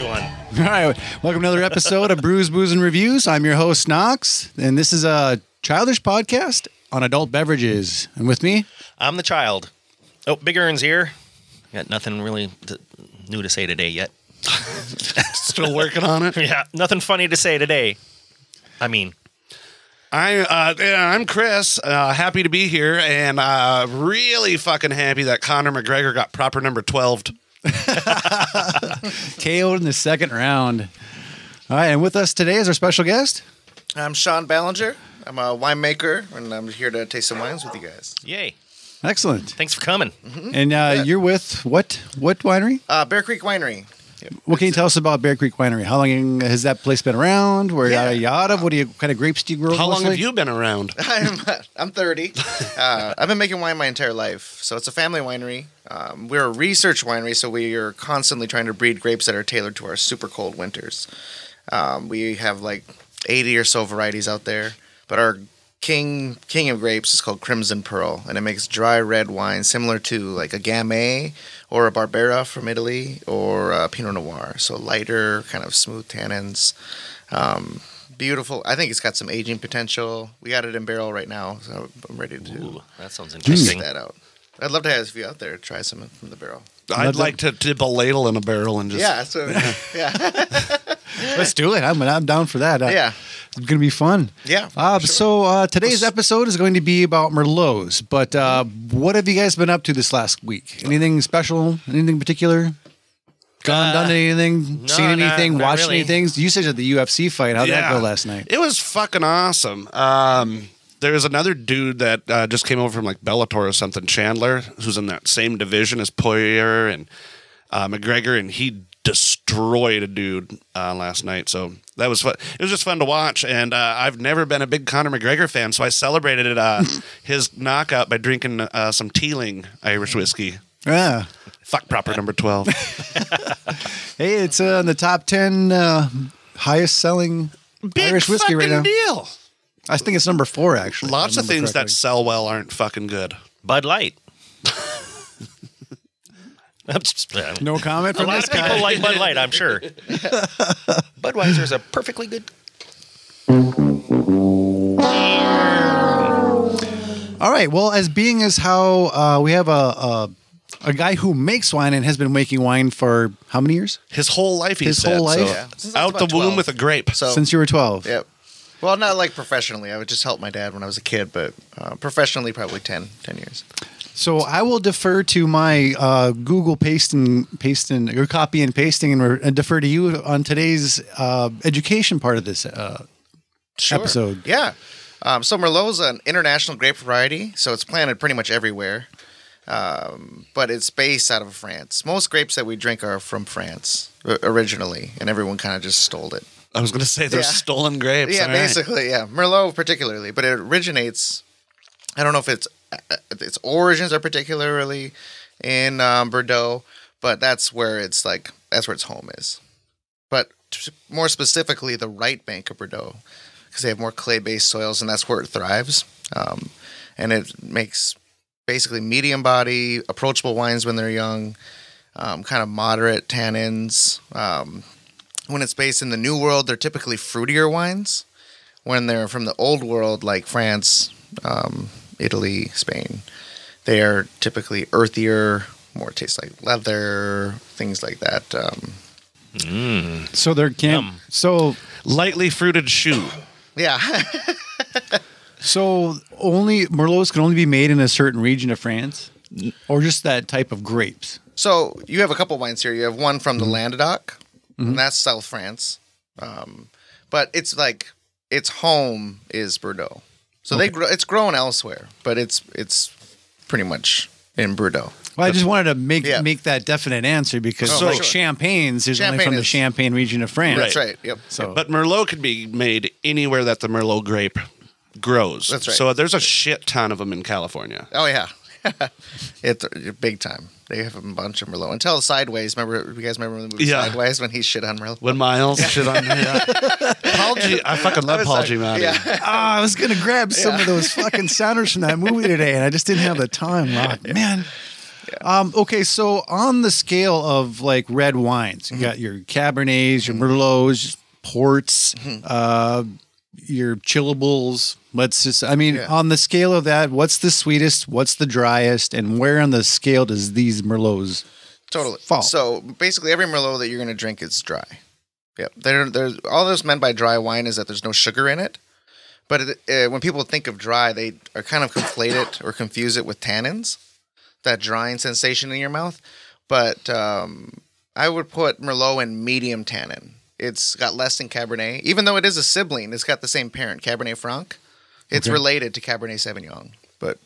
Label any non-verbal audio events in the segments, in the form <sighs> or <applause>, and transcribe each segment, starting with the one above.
All right, welcome to another episode of Brews, Booze, and Reviews. I'm your host Knox, and this is a childish podcast on adult beverages. And with me, I'm the child. Oh, Big Earn's here. Got nothing really to, new to say today yet. <laughs> Still working on <laughs> it. Yeah, nothing funny to say today. I mean, I, uh, yeah, I'm Chris. Uh, happy to be here, and uh, really fucking happy that Conor McGregor got proper number twelve. KO'd in the second round. All right, and with us today is our special guest. I'm Sean Ballinger. I'm a winemaker, and I'm here to taste some wines with you guys. yay. Excellent. Thanks for coming. And uh, you're with what what winery? Uh, Bear Creek Winery. What can you tell us about Bear Creek Winery? How long has that place been around? Where Yeah. yada yada? What do you what kind of grapes do you grow? How long mostly? have you been around? I'm, I'm 30. <laughs> Uh, I've been making wine my entire life, so it's a family winery. Um, we're a research winery, so we are constantly trying to breed grapes that are tailored to our super cold winters. Um, we have like 80 or so varieties out there, but our king king of grapes is called Crimson Pearl, and it makes dry red wine similar to like a Gamay or a Barbera from Italy or a Pinot Noir. So lighter, kind of smooth tannins. Um, beautiful. I think it's got some aging potential. We got it in barrel right now, so I'm ready to Ooh, that sounds test interesting. that out. I'd love to have you out there try some from the barrel. I'd like to dip a ladle in a barrel and just <laughs> Yeah, so yeah, Let's do it. I'm I'm down for that. Uh, yeah, It's going to be fun. Yeah, Uh, sure. So uh, today's episode is going to be about Merlots. But uh, what have you guys been up to this last week? Anything special? Anything particular? Gone, done anything? Uh, no, seen not- anything? not watched really. anything? You said you had the UFC fight. How'd that Yeah. go last night? It was fucking awesome. Um, there's another dude that uh, just came over from like Bellator or something, Chandler, who's in that same division as Poirier and uh, McGregor, and he destroyed a dude uh, last night. So that was fun. It was just fun to watch, and uh, I've never been a big Conor McGregor fan, so I celebrated it, <laughs> uh, his knockout by drinking uh, some Teeling Irish whiskey. Yeah. Fuck proper <laughs> number twelve. Hey, it's uh, in the top 10 uh, highest selling Big Irish whiskey right fucking now. deal. I think it's number four, actually. if I Lots of remember things that correctly. sell well aren't fucking good. Bud Light. <laughs> I'm just- uh, a No comment from lot this of guy. people like Bud Light, I'm <laughs> sure. Budweiser's a perfectly good. All right. Well, as being as how uh, we have a, a a guy who makes wine and has been making wine for how many years? His whole life, he His said, whole so- life? Yeah. Since I was Out the about womb 12. with a grape. <laughs> So Since you were twelve. yep. Well, not like professionally. I would just help my dad when I was a kid, but uh, professionally, probably 10, 10 years. So I will defer to my uh, Google paste and paste and or copy and pasting and, re- and defer to you on today's uh, education part of this. Uh, episode. Yeah. Um, so Merlot is an international grape variety, so it's planted pretty much everywhere. Um, but it's based out of France. Most grapes that we drink are from France o- originally, and everyone kind of just stole it. I was going to say they're Yeah. stolen grapes. Yeah, all right. basically, yeah. Merlot particularly, but it originates. I don't know if it's uh, its origins are particularly in um, Bordeaux, but that's where it's like that's where its home is. But t- more specifically, the right bank of Bordeaux, because they have more clay-based soils, and that's where it thrives. Um, and it makes basically medium body, approachable wines when they're young, um, kind of moderate tannins. Um, when it's based in the New World, they're typically fruitier wines. When they're from the Old World, like France, um, Italy, Spain, they are typically earthier, more taste like leather, things like that. Um, so there can Yum. so Lightly fruited shoe. yeah, <laughs> so only merlots can only be made in a certain region of France, or just that type of grapes. So you have a couple wines here. You have one from the Languedoc, and that's South France. Um, but it's like its home is Bordeaux. So they grow, it's grown elsewhere, but it's it's pretty much in Bordeaux. Well, I just wanted to make Yeah. make that definite answer because Oh, for like sure. champagnes is only Champagne from the is- Champagne region of France. That's right. Yep. So But Merlot can be made anywhere that the Merlot grape grows. That's right. So there's a shit ton of them in California. Oh yeah, <laughs> it's uh, big time. They have a bunch of Merlot until Sideways. Remember, you guys remember the movie Yeah. Sideways when he shit on Merlot. When Miles shit on <laughs> yeah. Paul G. I fucking love Paul G. Madden. Yeah, <laughs> Ah, I was <laughs> gonna grab some of those fucking sounders from that movie today, and I just didn't have the time. Wow, man, Um, okay, so on the scale of like red wines, Mm-hmm. you got your Cabernets, your Merlots, Ports, Mm-hmm. uh, your Chillables. Let's just, I mean, Yeah. on the scale of that, what's the sweetest, what's the driest, and where on the scale does these Merlots? Totally. fall. So basically, every Merlot that you're going to drink is dry. Yep. There, there's all that's meant by dry wine is that there's no sugar in it. But it, uh, when people think of dry, they are kind of conflate it or confuse it with tannins, that drying sensation in your mouth. But um, I would put Merlot in medium tannin. It's got less than Cabernet, even though it is a sibling. It's got the same parent, Cabernet Franc. It's related to Cabernet Sauvignon, but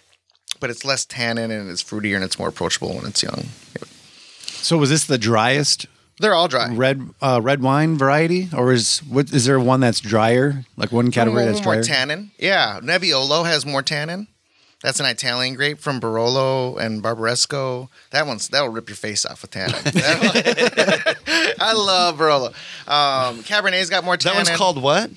but it's less tannin and it's fruitier and it's more approachable when it's young. So was this the driest They're all dry. red uh, red wine variety, or is what is there one that's drier, like one category that's more drier? tannin. Yeah, Nebbiolo has more tannin. That's an Italian grape from Barolo and Barberesco. That one's that'll rip your face off with <laughs> tannin. <laughs> I love Barolo. Um, Cabernet's got more That tannin. one's called what?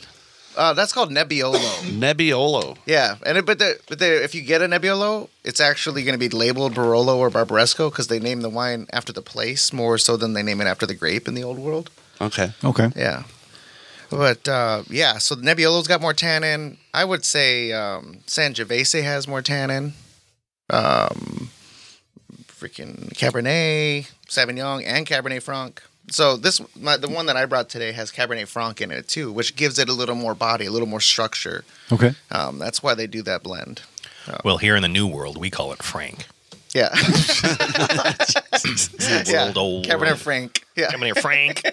uh, that's called Nebbiolo. Nebbiolo. Yeah, and it, but the, but the, if you get a Nebbiolo, it's actually going to be labeled Barolo or Barberesco because they name the wine after the place more so than they name it after the grape in the old world. Okay. Okay, Yeah. But uh, yeah, so the Nebbiolo's got more tannin. I would say um, Sangiovese has more tannin. Um, freaking Cabernet Sauvignon and Cabernet Franc. So this my, the one that I brought today has Cabernet Franc in it too, which gives it a little more body, a little more structure. okay. Um, that's why they do that blend. Well, here in the new world, we call it <laughs> Frank. Yeah, <laughs> yeah. World old Cabernet world. Franc. Yeah, Coming here, Frank. <laughs>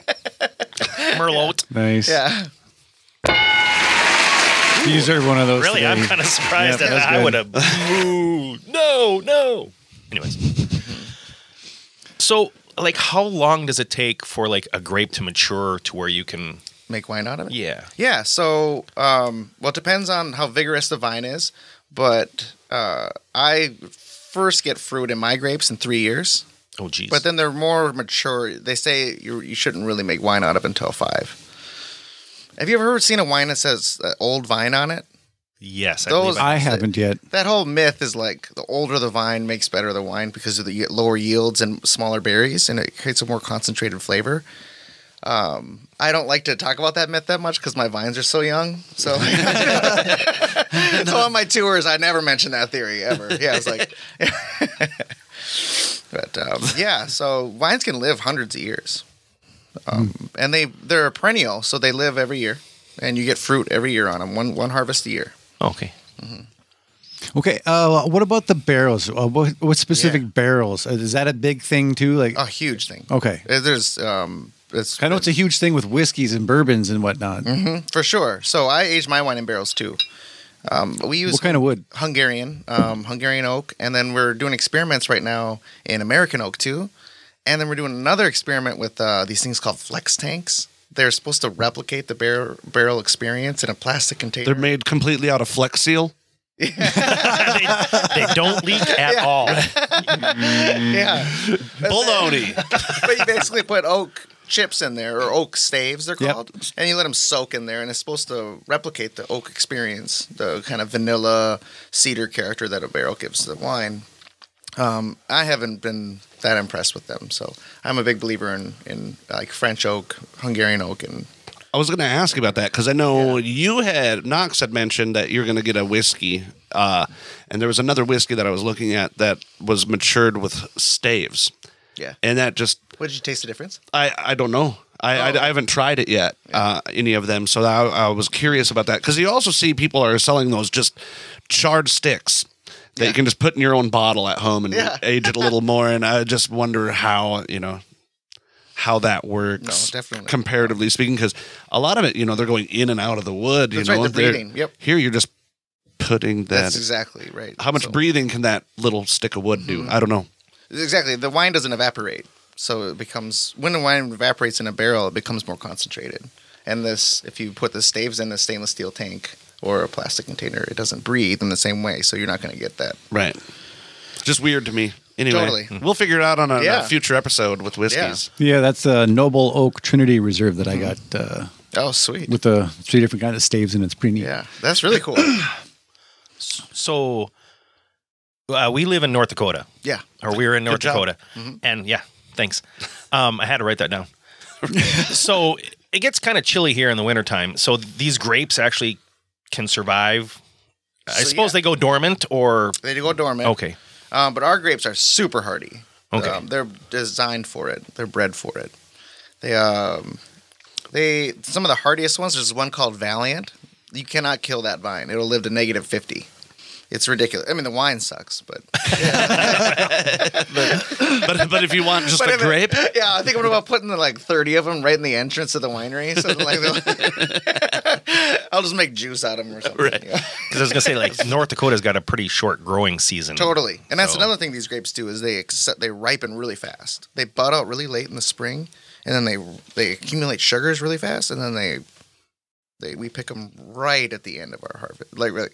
Merlot. Nice. yeah. You deserve one of those. Really, I'm today. kind of surprised Yeah, that that's I good. would have. Ooh, no, no. Anyways, so like, how long does it take for like a grape to mature to where you can? Make wine out of it. Yeah, Yeah. So, um, well, it depends on how vigorous the vine is, but uh, I first get fruit in my grapes in three years, Oh, geez. but then they're more mature. They say you, you shouldn't really make wine out of until five. Have you ever seen a wine that says uh, old vine on it? yes, I, Those- believe I, I haven't yet. That whole myth is like the older the vine makes better the wine because of the y- lower yields and smaller berries, and it creates a more concentrated flavor. Um, I don't like to talk about that myth that much because my vines are so young. So, <laughs> so on my tours, I never mention that theory ever. Yeah, it's like, <laughs> but um, yeah. So vines can live hundreds of years, um, and they they're a perennial, so they live every year, and you get fruit every year on them. One one harvest a year. okay. Okay. Uh, what about the barrels? Uh, what, what specific Yeah. Uh, barrels? Uh, Is that a big thing too? Like, A huge thing. okay. Uh, There's um, it's I know it's a huge thing with whiskeys and bourbons and whatnot. for sure. So I age my wine in barrels too. Um, we use What kind of wood? Hungarian, um, Hungarian oak, and then we're doing experiments right now in American oak too, and then we're doing another experiment with uh, these things called flex tanks. They're supposed to replicate the bar- barrel experience in a plastic container. They're made completely out of Flex Seal. they, they don't leak at all. yeah, <laughs> Baloney. but you basically put oak chips in there or oak staves they're Yep. called and you let them soak in there and it's supposed to replicate the oak experience the kind of vanilla cedar character that a barrel gives to the wine um, i haven't been that impressed with them so i'm a big believer in, in like french oak hungarian oak and I was going to ask you about that because I know you had Knox had mentioned that you're going to get a whiskey, uh, and there was another whiskey that I was looking at that was matured with staves, yeah and that just what did you taste the difference I I don't know. I, Oh. I, I haven't tried it yet, uh, any of them. So I, I was curious about that because you also see people are selling those just charred sticks that you can just put in your own bottle at home and Yeah. age it a <laughs> little more. And I just wonder how you know how that works No, definitely. comparatively speaking because a lot of it you know they're going in and out of the wood. That's you right, know, the They're- breathing. Yep. Here you're just putting that. that's exactly right how much So- Mm-hmm. breathing can that little stick of wood do? I don't know. exactly the wine doesn't evaporate so it becomes when the wine evaporates in a barrel it becomes more concentrated and this if you put the staves in a stainless steel tank or a plastic container it doesn't breathe in the same way so you're not going to get that Right. Just weird to me. Anyway, Hmm. Totally. we'll figure it out on a, a Yeah. future episode with whiskeys. Yeah, that's a noble oak Trinity Reserve that I got uh, oh sweet with the three different kinds of staves, and it's pretty neat. yeah that's really cool So, uh, we live in North Dakota, Yeah. or we were in North job. Dakota, and yeah, thanks. Um, I had to write that down. so it gets kind of chilly here in the wintertime. So these grapes actually can survive. I So, suppose yeah. they go dormant, or They do go dormant. okay, Um, but our grapes are super hardy. Okay. Um, they're designed for it. They're bred for it. They um, they some of the hardiest ones. There's one called Valiant. You cannot kill that vine. It'll live to negative fifty. It's ridiculous. I mean, the wine sucks, but but but if you want just <laughs> But a if it- grape, yeah, I think I'm about putting like 30 of them right in the entrance of the winery. So like, they'll- <laughs> I'll just make juice out of them or something. Yeah. because I was gonna say like North Dakota's got a pretty short growing season. Totally. And that's So- another thing these grapes do is they accept, they ripen really fast. They bud out really late in the spring, and then they they accumulate sugars really fast, and then they they we pick them right at the end of our harvest, like really,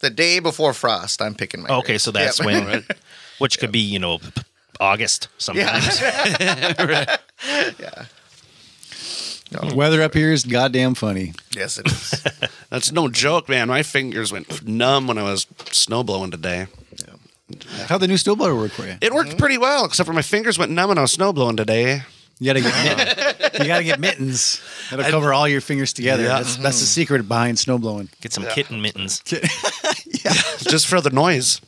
the day before frost. I'm picking my. Okay, grapes. so that's Yeah. when, which could be you know p- p- August sometimes. Weather up here is goddamn funny. <laughs> yes, it is. that's no joke, man. My fingers went numb when I was snow blowing today. How'd the new snowblower work for you? It Mm-hmm. worked pretty well, except for my fingers went numb when I was snow blowing today. You gotta get mittens. you gotta get mittens. That'll cover all your fingers together. Yeah. That's, that's the secret behind snowblowing. Get some kitten mittens. just for the <laughs> noise.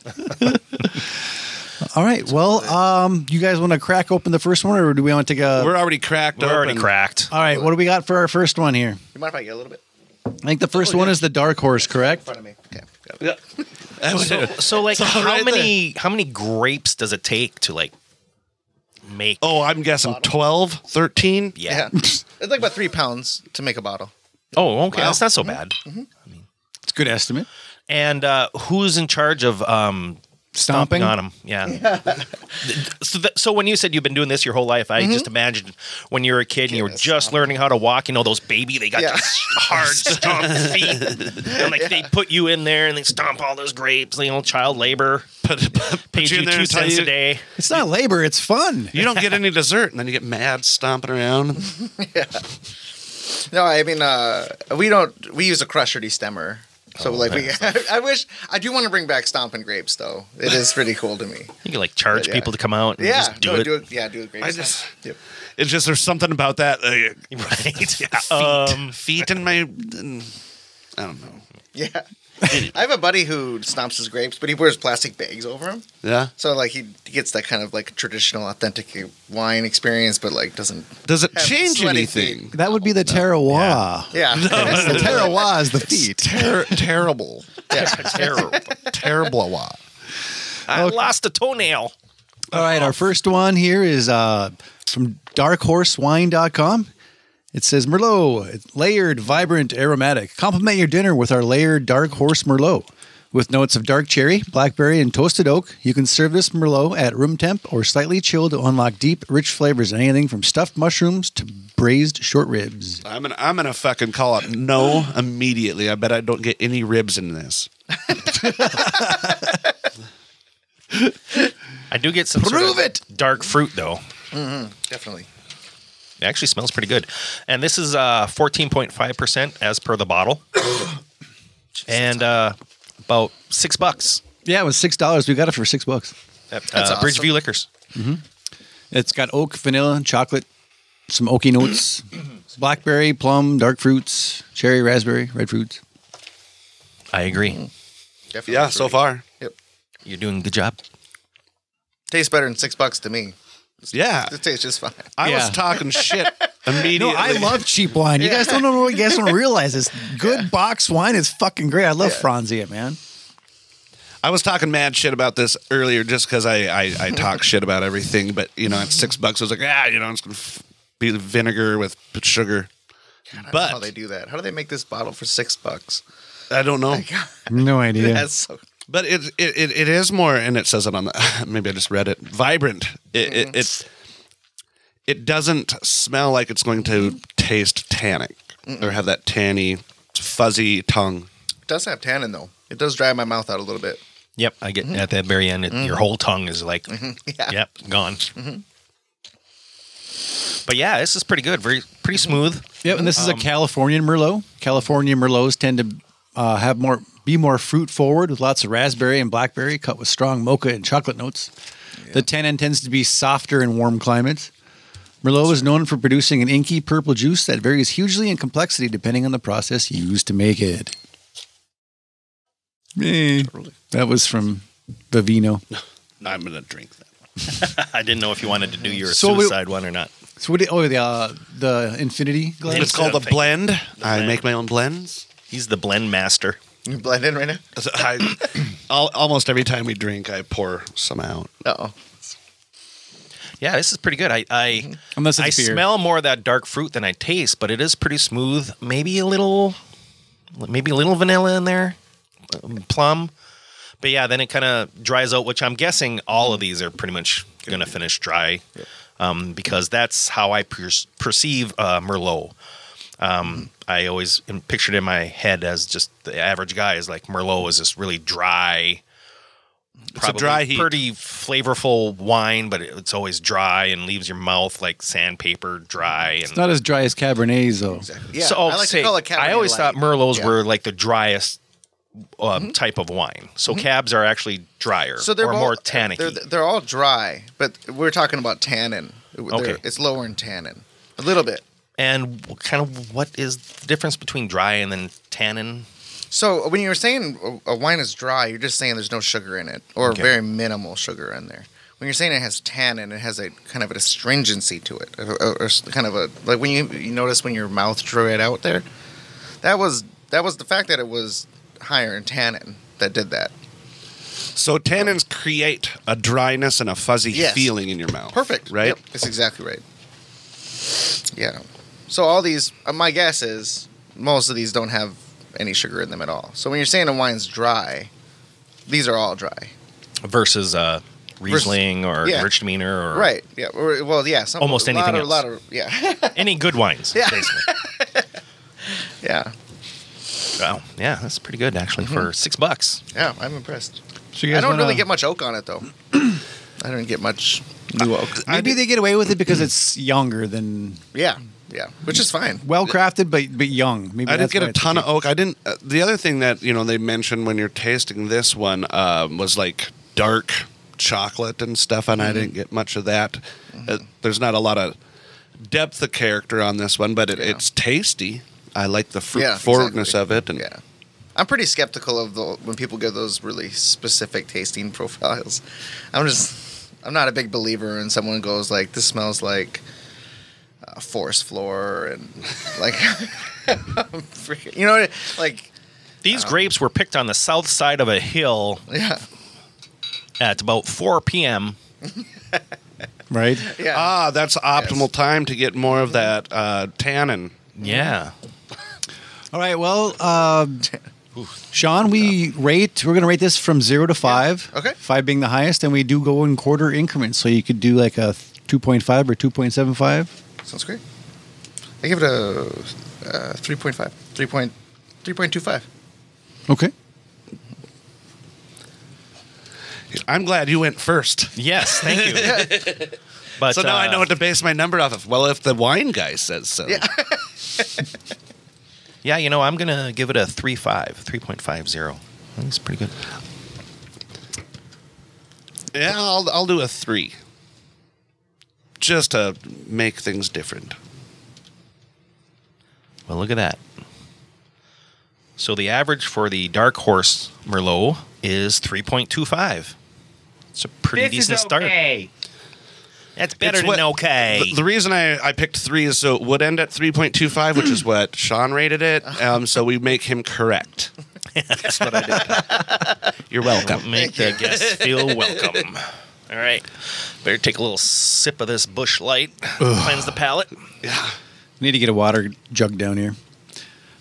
All right. Well, um, you guys want to crack open the first one, or do we want to take a? We're already cracked. They're already open. <laughs> cracked. all right. What do we got for our first one here? you mind if I get a little bit in I think the first one is the dark horse, correct? front of me? Okay, got it. So, Oh, so like, how right many how many grapes does it take to like make? Oh, I'm guessing 12, 13? yeah. it's like about three pounds to make a bottle. Oh, okay. That's not so bad. It's a good estimate. And uh, who's in charge of um, Stomping. on them? Yeah. so, th- so when you said you've been doing this your whole life, I just imagined when you were a kid and you were just learning how to walk. You know those baby, they got Yeah. those hard stomp feet, and like they put you in there and they stomp all those grapes. You know, child labor. Put, you you in there two until cents you- a day. It's not labor. It's fun. You don't get <laughs> any dessert, and then you get mad stomping around. No, I mean uh, we don't. We use a crusher destemmer. Oh, So like we, <laughs> I wish I do want to bring back stomping grapes though. It is pretty cool to me. You can like charge Yeah. people to come out. And Yeah, just do no, it. do it. Yeah, do a grape. I stomp. just- Yep. It's just there's something about that uh, <laughs> Right. um, feet in my. in- I don't know. yeah. I have a buddy who stomps his grapes, but he wears plastic bags over them. Yeah. So like he gets that kind of like traditional, authentic wine experience, but like doesn't. Does it Have change sweaty anything? That would be the terroir. Yeah. <laughs> The terroir is the feet. Ter- terrible. <laughs> Terrible. Terrible. I lost a toenail. All right, our first one here is uh, from darkhorsewine.com. It says Merlot, it's layered, vibrant, aromatic. Complement your dinner with our layered dark horse Merlot. With notes of dark cherry, blackberry, and toasted oak, you can serve this Merlot at room temp or slightly chilled to unlock deep, rich flavors in anything from stuffed mushrooms to braised short ribs. I'm gonna I'm gonna fucking call it no immediately. I bet I don't get any ribs in this. I do get some Prove sort of it! dark fruit though. Definitely. It actually smells pretty good. And this is uh 14.5% as per the <coughs> bottle. and uh about 6 bucks Yeah, it was six dollars. We got it for six bucks. at uh, That's awesome. Bridgeview Liquors. It's got oak, vanilla, chocolate, some oaky notes, <coughs> blackberry, plum, dark fruits, cherry, raspberry, red fruits. I agree. Definitely. Yeah, so far. You're doing a good job. Tastes better than six bucks to me. Yeah, It tastes just fine. I Yeah. was talking shit immediately. No, I love cheap wine. You guys don't know what you guys don't realize. It's good box wine. It's fucking great. I love Franzia, man. I was talking mad shit about this earlier just because I, I I talk shit about everything. But you know, at six bucks, I was like, ah, you know, I'm just gonna f- be vinegar with sugar. I don't know how But they do that? How do they make this bottle for six bucks? I don't know. No idea. <laughs> That's so. But it, it it it is more, and it says it on the. <sighs> Maybe I just read it. Vibrant. It it, it it doesn't smell like it's going to taste tannic or have that tanny, fuzzy tongue. It does have tannin though. It does dry my mouth out a little bit. <laughs> Yep, I get at that very end it, your whole tongue is like <laughs> Yeah. yep, gone. But yeah, this is pretty good. Very pretty smooth. Um, Yep, and this is a Californian Merlot. California Merlots tend to uh, have more be more fruit forward with lots of raspberry and blackberry, cut with strong mocha and chocolate notes. The tannin tends to be softer in warm climates. Merlot is known for producing an inky purple juice that varies hugely in complexity depending on the process used to make it. Eh, that was from Vivino. I'm gonna drink that. <laughs> I didn't know if you wanted to do your So we- suicide one or not. So what? do- oh, the uh, the infinity glass. It's called a Instead of- blend. I blend. make my own blends. He's the blend master. You blend in right now? So <coughs> I, al- almost every time we drink, I pour some out. Uh-oh. Yeah, this is pretty good. I Mm-hmm. I, Unless I it's beer. smell more of that dark fruit than I taste, but it is pretty smooth. Maybe a little, maybe a little vanilla in there, um, plum. But yeah, then it kind of dries out, which I'm guessing all of these are pretty much going to finish dry, um, because that's how I per- perceive uh, Merlot. Um, Mm-hmm. I always am pictured in my head as just the average guy is like Merlot is this really dry, a dry heat. pretty flavorful wine, but it's always dry and leaves your mouth like sandpaper dry. And Not as dry as Cabernets though. Yeah, so I like to call it Cabernet I always thought Light. Merlots Yeah. Mm-hmm. were like the driest uh, type of wine. So cabs are actually drier So they're or all- more tannic. They're, they're all dry, but we're talking about tannin. They're- Okay. it's lower in tannin, a little bit. and w- kind of what is the difference between dry and then tannin? So when you were saying a a wine is dry, you're just saying there's no sugar in it or very minimal sugar in there. When you're saying it has tannin, it has a kind of an astringency to it, or, or- or s- kind of a like when you you notice when your mouth drew it out there. That was that was the fact that it was higher in tannin that did that. So tannins create a dryness and a fuzzy Yes. feeling in your mouth. Perfect. Right? Yep, that's exactly right. Yeah. So all these, uh, my guess is most of these don't have any sugar in them at all. So when you're saying a wine's dry, these are all dry. versus uh, Riesling or yeah. Rich Demeanor or Right. Yeah. or- Well, yeah. Some, Almost a lot anything of- else. lot of- yeah. <laughs> <laughs> any good wines. Yeah. <laughs> Basically. yeah. Wow. Yeah, that's pretty good actually Mm-hmm. for six bucks. Yeah. I'm impressed. So you I guys don't wanna- really get much oak on it though. <clears throat> I don't get much new oak. Maybe they get away with it because it's younger than Yeah. Yeah. Which is fine. well crafted, but but young. Maybe I didn't that's get why a it's ton cheap. of oak. I didn't. Uh, the other thing that you know they mentioned when you're tasting this one um, was like dark chocolate and stuff, and I didn't get much of that. Uh, there's not a lot of depth of character on this one, but it, it's tasty. I like the fruit Yeah, forwardness exactly. of it, and Yeah. I'm pretty skeptical of the when people give those really specific tasting <laughs> profiles. I'm just I'm not a big believer in someone goes like this smells like a forest floor and <laughs> like I'm freaking- you know what I- like These Uh-huh. grapes were picked on the south side of a hill yeah at about 4 p.m. right. yeah ah, that's optimal time to get more of that uh, tannin. Yeah. All right. Well, uh, <laughs> Sean, we rate. We're going to rate this from zero to five. Okay. Five being the highest, and we do go in quarter increments. So you could do like a two point five or two point seven five. sounds great. I give it a uh, 3.5 3.3.25 Okay. I'm glad you went first. Yes, thank you. <laughs> but So now I uh, know what to base my number off of. Well, if the wine guy says so. Yeah. Yeah, you know, I'm going to give it a 3.5, 3.50. That's pretty good. Yeah, I'll I'll do a three. Just to make things different. Well, look at that. So the average for the Dark Horse Merlot is 3.25. It's a pretty decent start. That's better It's than what- okay. The, the reason I, I picked three is so it would end at three point two five, which is <clears throat> what Sean rated it. Um, so we make him correct. That's what I did. You're welcome. Make the guests <laughs> feel welcome. All right. Better take a little sip of this bush light. Cleanse the palate. Need to get a water jug down here.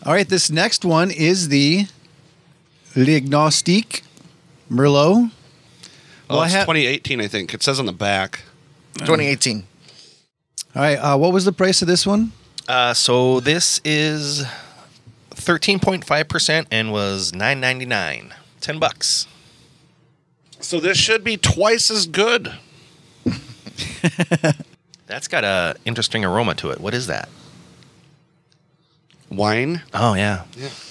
All right. This next one is the L'Agnostique Merlot. Well, Well, I it's ha- 2018, I think. It says on the back. 2018 All right. Uh, what was the price of this one? Uh, so this is 13.5% and was 9.99. 10 bucks. So this should be twice as good. That's got a interesting aroma to it. What is that? wine. <laughs> Oh yeah.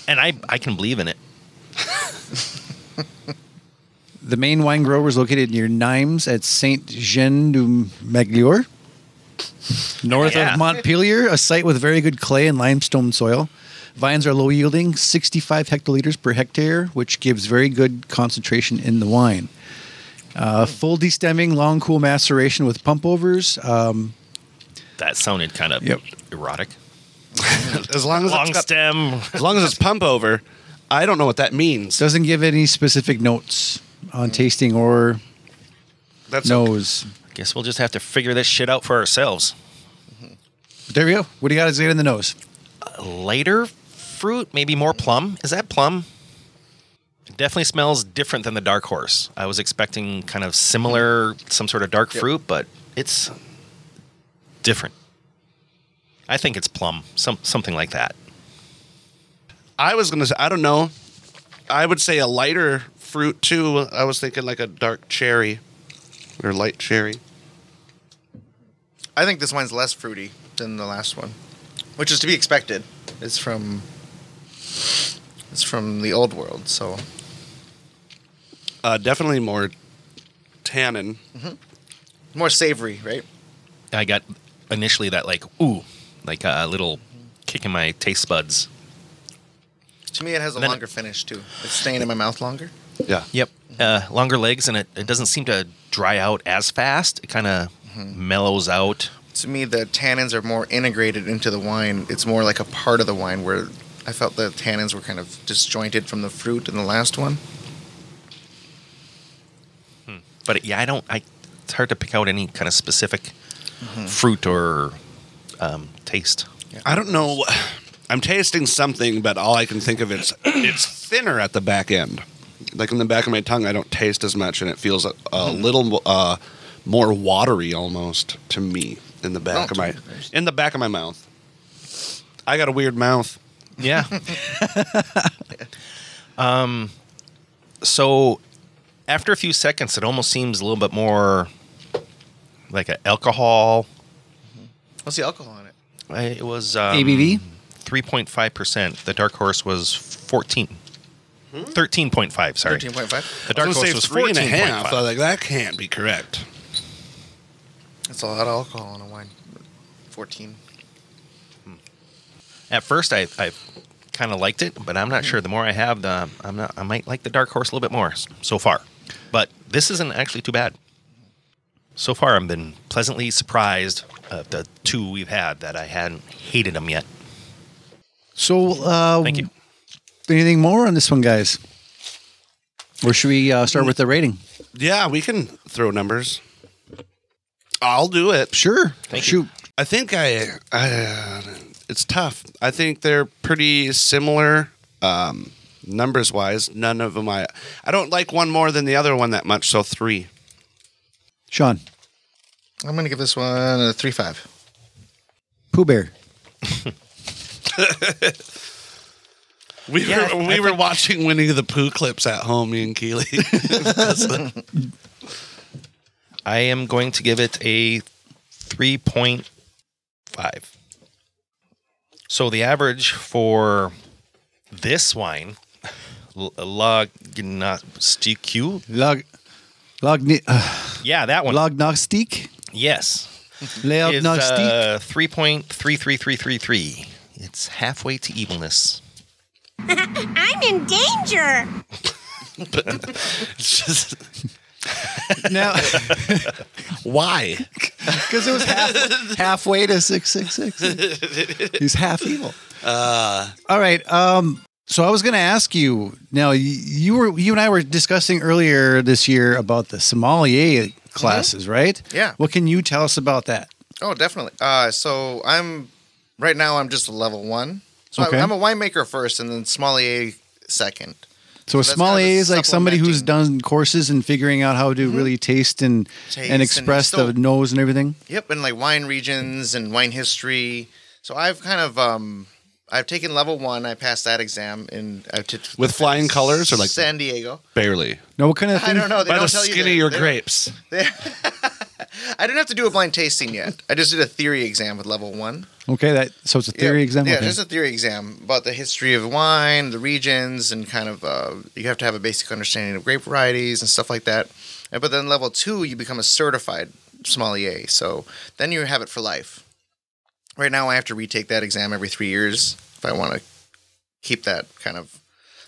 And I I can believe in it. The main wine grower is located near Nimes at Saint Jean du Magliore, north Yeah. of Montpellier, a site with very good clay and limestone soil. Vines are low yielding, 65 hectoliters per hectare, which gives very good concentration in the wine. Uh, full destemming, long cool maceration with pump overs. Um, That sounded kind of Yep. erotic. As long as Long it's got- stem. as long as it's pump over, I don't know what that means. doesn't give any specific notes on tasting or That's nose. Guess we'll just have to figure this shit out for ourselves. But there we go. What do you got? Is it in the nose? Lighter fruit, maybe more plum. Is that plum? It definitely smells different than the dark horse. I was expecting kind of similar, some sort of dark fruit, but it's different. I think it's plum, some something like that. I was gonna say I don't know. I would say a lighter fruit too. I was thinking like a dark cherry or light cherry. I think this wine's less fruity than the last one, which is to be expected. It's from it's from the old world, so Uh, definitely more tannin. more savory, right? I got initially that like ooh, like a little kick in my taste buds. To me, it has a Then- longer finish too. It's staying in my mouth longer. Yeah. Yep. Uh, longer legs, and it, it doesn't seem to dry out as fast. It kind of mellows out. To me, the tannins are more integrated into the wine. It's more like a part of the wine where I felt the tannins were kind of disjointed from the fruit in the last one. But yeah, I don't. I it's hard to pick out any kind of specific fruit or um, taste. I don't know. I'm tasting something, but all I can think of is it's thinner at the back end. Like in the back of my tongue, I don't taste as much, and it feels a, a little uh, more watery almost to me in the back of my in the back of my mouth. I got a weird mouth. Yeah. <laughs> um. So after a few seconds, it almost seems a little bit more like an alcohol. What's the alcohol in it? I- It was um, ABV? three point five percent. The dark horse was fourteen. Thirteen point five. Sorry. Thirteen point five. The dark horse was fourteen point I was five. like, that can't be correct. That's a lot of alcohol in a wine. Fourteen. At first, I, I kind of liked it, but I'm not sure. The more I have, the I'm not. I might like the dark horse a little bit more s- so far. But this isn't actually too bad. So far, I've been pleasantly surprised of the two we've had that I hadn't hated them yet. So, uh, Thank you. Anything more on this one, guys? Or should we uh, start with the rating? Yeah, we can throw numbers. I'll do it. Sure. Thank you. Shoot. I think I, I it's tough. I think they're pretty similar um, numbers wise. None of them I I don't like one more than the other one that much. So three. Sean, I'm gonna give this one a three five. Pooh Bear. We Yeah, were I we were watching Winnie the Pooh clips at home, me and Keely. I am going to give it a three point five. So the average for this wine, L- Lagnostique, Log, logni, uh, yeah, that one, lognostique? yes, is Lognostique? uh, 3.33333. It's halfway to evilness. I'm in danger. It's just <laughs> now, <laughs> <laughs> why? because it was half, halfway <laughs> to 666. He's half evil. Uh. All right. Um, so I was going to ask you. Now y- you were you and I were discussing earlier this year about the sommelier Mm-hmm. classes, right? Yeah. What can you tell us about that? Oh, definitely. Uh, so I'm right now. I'm just a level one. So Okay. I, am a winemaker first, and then sommelier second. So a So that's kind of Mm-hmm. sommelier is like somebody who's done courses and figuring out how to really taste and Taste and and express the still- nose and everything. Yep, and like wine regions and wine history. So I've kind of um, I've taken level one. I passed that exam in uh, t- With flying colors or like San Diego. <laughs> barely No, what kind of <laughs> I thing? don't know. They by don't the tell skin of you your they- grapes. they- <laughs> I didn't have to do a blind tasting yet. I just did a theory exam with level one. Okay, that so it's a theory yeah. exam. Yeah, okay. just a theory exam about the history of wine, the regions, and kind of uh, you have to have a basic understanding of grape varieties and stuff like that. And, but then level two, you become a certified sommelier, so then you have it for life. Right now, I have to retake that exam every three years if I want to keep that kind of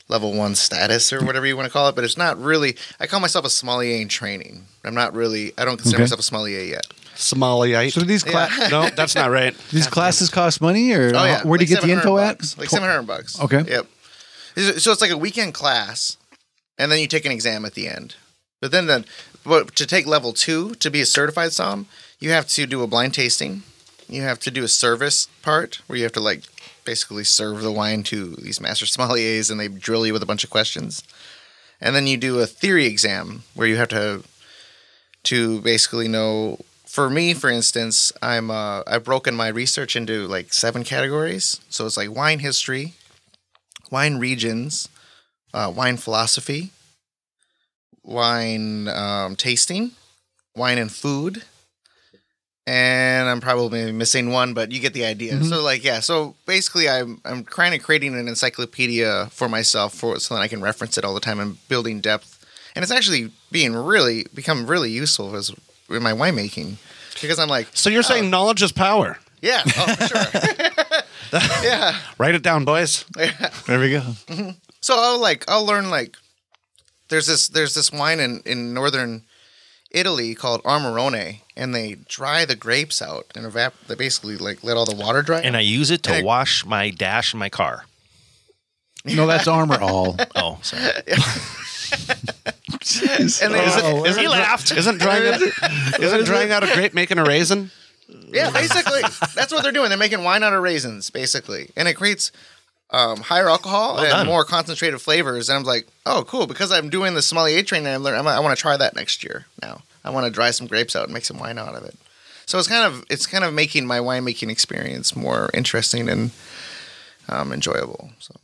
level one status or whatever you want to call it. But it's not really. I call myself a sommelier in training. I'm not really. I don't consider Okay. myself a sommelier yet. Somaliite. so do these cla- <laughs> no, that's not right. these classes cost money, or Oh yeah, uh, where do like you get the 700 info bucks. at? Like Tw- seven hundred bucks. Okay. Yep. Is it- So it's like a weekend class, and then you take an exam at the end. But then, the, but to take level two to be a certified som, you have to do a blind tasting. You have to do a service part where you have to like basically serve the wine to these master sommeliers, and they drill you with a bunch of questions. And then you do a theory exam where you have to to basically know for me for instance i'm uh, i've broken my research into like seven categories so it's like wine history wine regions uh, wine philosophy wine um, tasting wine and food and i'm probably missing one but you get the idea so like yeah so basically i'm i'm kind of creating an encyclopedia for myself for so that i can reference it all the time and building depth and it's actually being really become really useful as in my winemaking because i'm like So you're saying knowledge is power. yeah oh for sure yeah Write it down, <laughs> boys. there we go. So I'll like I'll learn like there's this there's this wine in in northern Italy called Armorone, and they dry the grapes out and evap. They basically like let all the water dry. And I use it to Hey. wash my dash in my car. <laughs> No, that's armor all. Oh, sorry. <laughs> And they- Oh, Isn't He dry- laughed. <laughs> Isn't drying out, <laughs> isn't drying out a grape making a raisin? yeah, basically that's what they're doing. They're making wine out of raisins, basically, and it creates um, higher alcohol and done. more concentrated flavors. And I'm like, oh, cool, because I'm doing the sommelier training. I'm learning. I want to try that next year. Now I want to dry some grapes out and make some wine out of it. So it's kind of it's kind of making my winemaking experience more interesting and um, enjoyable. So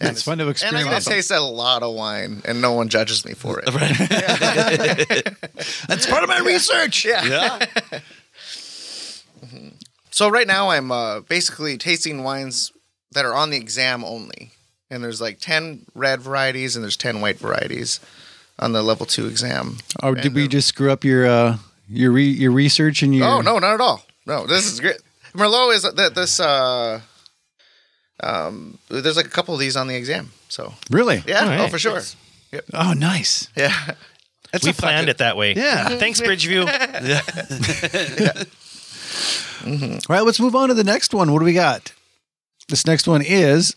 and It's fun to And I experiment. get to taste a lot of wine, and no one judges me for <laughs> it. That's part of my research. Yeah. Mm-hmm. So right now I'm uh, basically tasting wines that are on the exam only, and there's like ten red varieties and there's ten white varieties on the level two exam. Or Oh, did we just screw up your uh, your re- your research and your? um, Oh no, not at all. No, this is great. Merlot is that this. Uh, um, there's like a couple of these on the exam. So Really? yeah, All oh right. for sure. Oh, nice. Yeah, we planned it that way. Yeah. Thanks, Bridgeview. All right, let's move on to the next one. What do we got? This next one is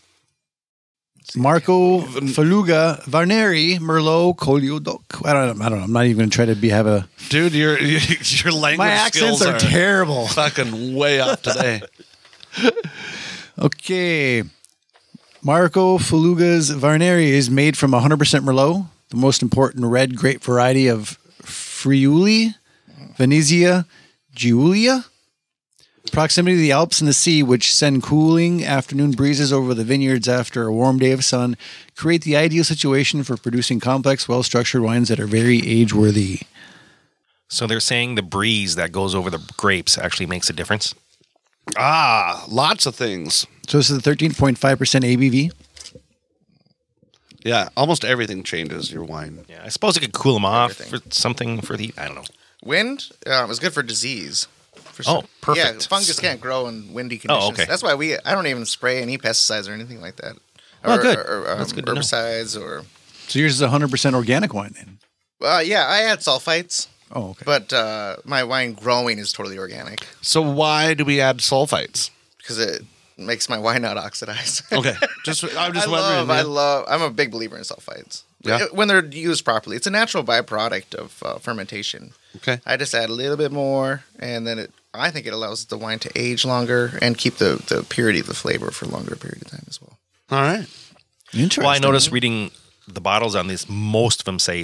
Marco Faluga Varneri Merlot Coliodoc. I don't. I don't know. I'm not even going to try to be have a. Dude, your your language My accents skills are terrible. fucking way up today. Okay. Marco Faluga's Varneri is made from 100% Merlot, the most important red grape variety of Friuli, Venezia, Giulia. Proximity to the Alps and the sea, which send cooling afternoon breezes over the vineyards after a warm day of sun, create the ideal situation for producing complex, well structured wines that are very age worthy. so they're saying the breeze that goes over the grapes actually makes a difference. <laughs> Ah, lots of things. So, this is a 13.5% ABV. Yeah, almost everything changes your wine. Yeah, I suppose it could cool them off for something for the I don't know. wind um, is good for disease. For Oh, Yeah, perfect. Oh, fungus can't grow in windy conditions. okay. That's why we. I don't even spray any pesticides or anything like that. Oh, or, good. Or, um, That's good to know. herbicides or. So, yours is 100% organic wine then. Uh, yeah, I add sulfites, Oh, okay. but uh, my wine growing is totally organic So why do we add <laughs> sulfites? because it makes my wine not oxidize. Okay, just <laughs> I'm I just wondering. love, I love. I'm a big believer in sulfites. Yeah. When they're used properly, it's a natural byproduct of uh, fermentation. okay, I just add a little bit more, and then it. I think it allows the wine to age longer and keep the, the purity of the flavor for a longer period of time as well. all right. Interesting. Well, I noticed reading the bottles on these, most of them say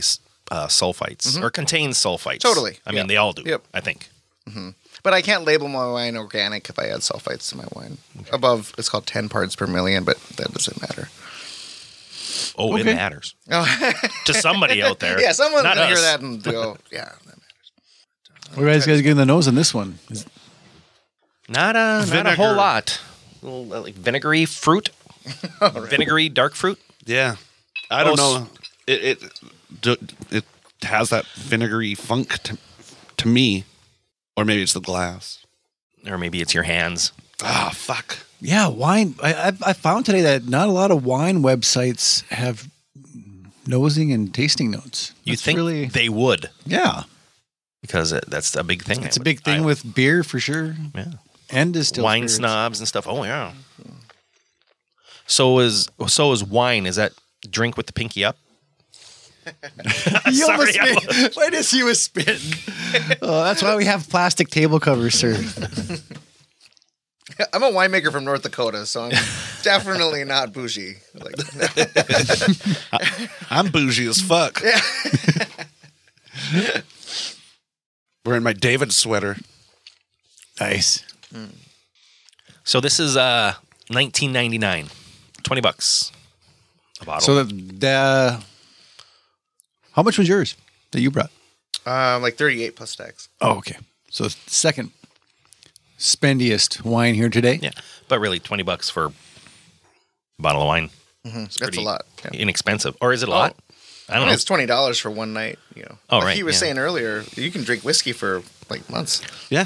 uh, sulfites or contain sulfites. Mm-hmm. Totally. I mean, Yeah. they all do. Yep. I think. But I can't label my wine organic if I add sulfites to my wine. Above, it's called 10 parts per million, but that <laughs> doesn't matter. Oh, it Okay. matters Oh, to somebody out there. <laughs> yeah, someone's not going to <laughs> hear us. that and go, yeah, that matters. What guys guys getting the nose on this one? Is- Not a not a whole Vinegar. lot. Little, uh, like vinegary <laughs> fruit, vinegary dark fruit. Yeah, I don't Oh, know. It it d- it has that vinegary funk to, to me, or maybe it's the glass. Or maybe it's your hands. Ah, fuck. Yeah, wine. I, I I found today that not a lot of wine websites have nosing and tasting notes. You That's think really? they would Yeah, because it, that's a big thing. it's a big thing with beer for sure, yeah. and distilled wine spirits. <laughs> snobs and stuff. Oh yeah. So is so is wine. Is that drink with the pinky up? He almost Sorry, I spit. <laughs> Why does he was <laughs> spitting? oh, that's why we have plastic table covers, sir. I'm a winemaker from North <laughs> Dakota, so I'm definitely not bougie. Like, <laughs> I'm bougie as fuck. Wearing my David sweater. Nice. So this is uh 1999. 20 bucks a bottle. So that the how much was yours that you brought? um, like 38 plus tax. Oh, okay. So second spendiest wine here today. yeah. But really 20 bucks for a bottle of wine. That's a pretty- lot. Yeah. Inexpensive. Or is it a lot? Oh. I don't know. It's twenty dollars for one night. You know. Oh, Like right, He was yeah. saying earlier, you can drink whiskey for like months. Yeah.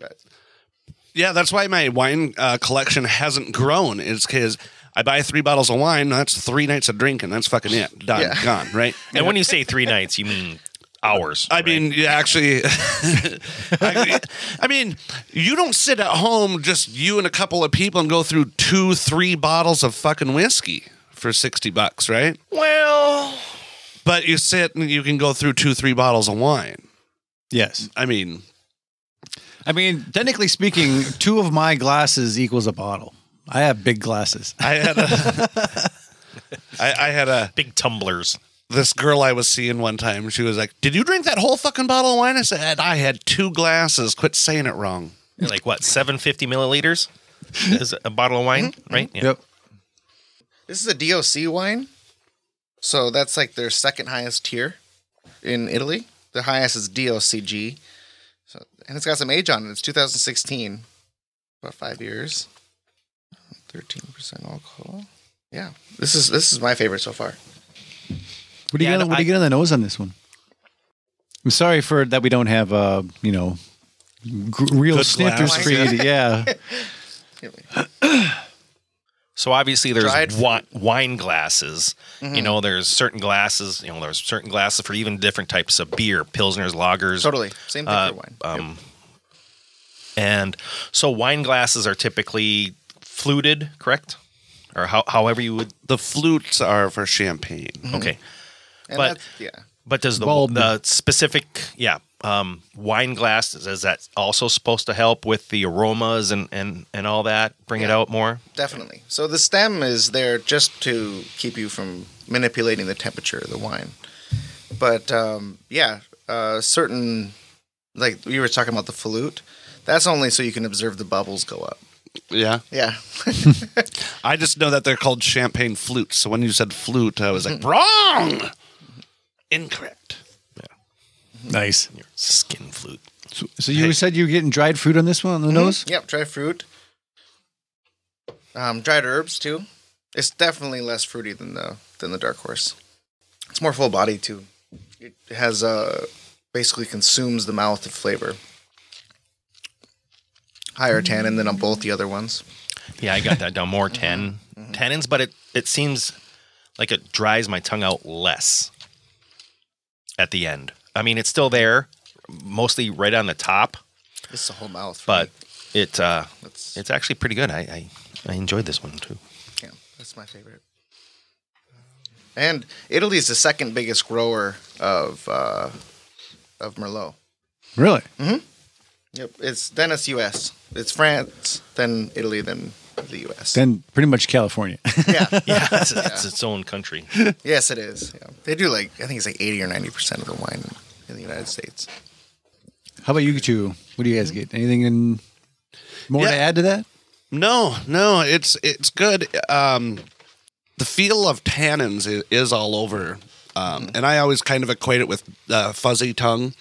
Right. Yeah, that's why my wine uh, collection hasn't grown. Is because I buy three bottles of wine. That's three nights of drinking. That's fucking it. Done. Yeah. Gone. Right. And when you say 3 nights, you mean hours. I right? mean, you actually, <laughs> I, I mean, you don't sit at home just you and a couple of people and go through two, three bottles of fucking whiskey for sixty bucks, right? well, But you sit and you can go through two, three bottles of wine. Yes. I mean, I mean, technically speaking, two of my glasses equals a bottle. I have big glasses. I had a, I, I had a big tumblers. this girl I was seeing one time. She was like, "Did you drink that whole fucking bottle of wine?" I said, "I had two glasses. Quit saying it wrong." Like what? 750 milliliters is a bottle of wine, right? Yeah. Yep. This is a DOC wine, so that's like their second highest tier in Italy. The highest is DOCG, so, and it's got some age on it. It's 2016, about five years. 13% alcohol. Yeah, this is this is my favorite so far. What do you Yeah, get? no, on- what do you I- get on the nose on this one? I'm sorry for that. We don't have uh, you know, gr- real Good sniffers glass. for you. <laughs> to- yeah, So obviously there's Dried wi- wine glasses. You know, there's certain glasses. You know, there's certain glasses for even different types of beer, pilsners, lagers, Totally same thing for wine. Um, And so wine glasses are typically fluted, correct? Or how, however you would. The flutes are for champagne. Okay, and but- that's, yeah, but does the Bulb. the specific yeah um, wine glass is, is that also supposed to help with the aromas and and and all that? Bring it out more. Definitely. So the stem is there just to keep you from manipulating the temperature of the wine. But um, yeah, uh, certain like you were talking about the flute. That's only so you can observe the bubbles go up. Yeah, Yeah, I just know that they're called champagne flutes. So when you said flute, I was like, wrong, incorrect. nice. Skin flute. So, so you said you were getting dried fruit on this one on Mm-hmm. the nose. yep. Dry fruit, um, dried herbs too. It's definitely less fruity than the than the dark horse. It's more full body too. It has uh, basically consumes the mouth of flavor. Higher tannin than on both the other ones. Yeah, I got that down more tan tannins, but it it seems like it dries my tongue out less at the end. I mean, it's still there, mostly right on the top, This is a whole mouth. for but me. it uh, that's it's actually pretty good. I, I I enjoyed this one too. yeah, that's my favorite. And Italy is the second biggest grower of uh, of Merlot. Really? Yep, it's then it's U.S. It's France, then Italy, then the U.S. Then pretty much <laughs> California. yeah, Yeah, it's, it's its own country. yes, it is. Yeah. They do like I think it's like eighty or ninety percent of the wine in, in the United States. How about you two? What do you guys get? Anything in more to Yeah. add to that? No, no, it's it's good. Um, the feel of tannins is, Mm-hmm. is all over, um, and I always kind of equate it with uh, fuzzy tongue.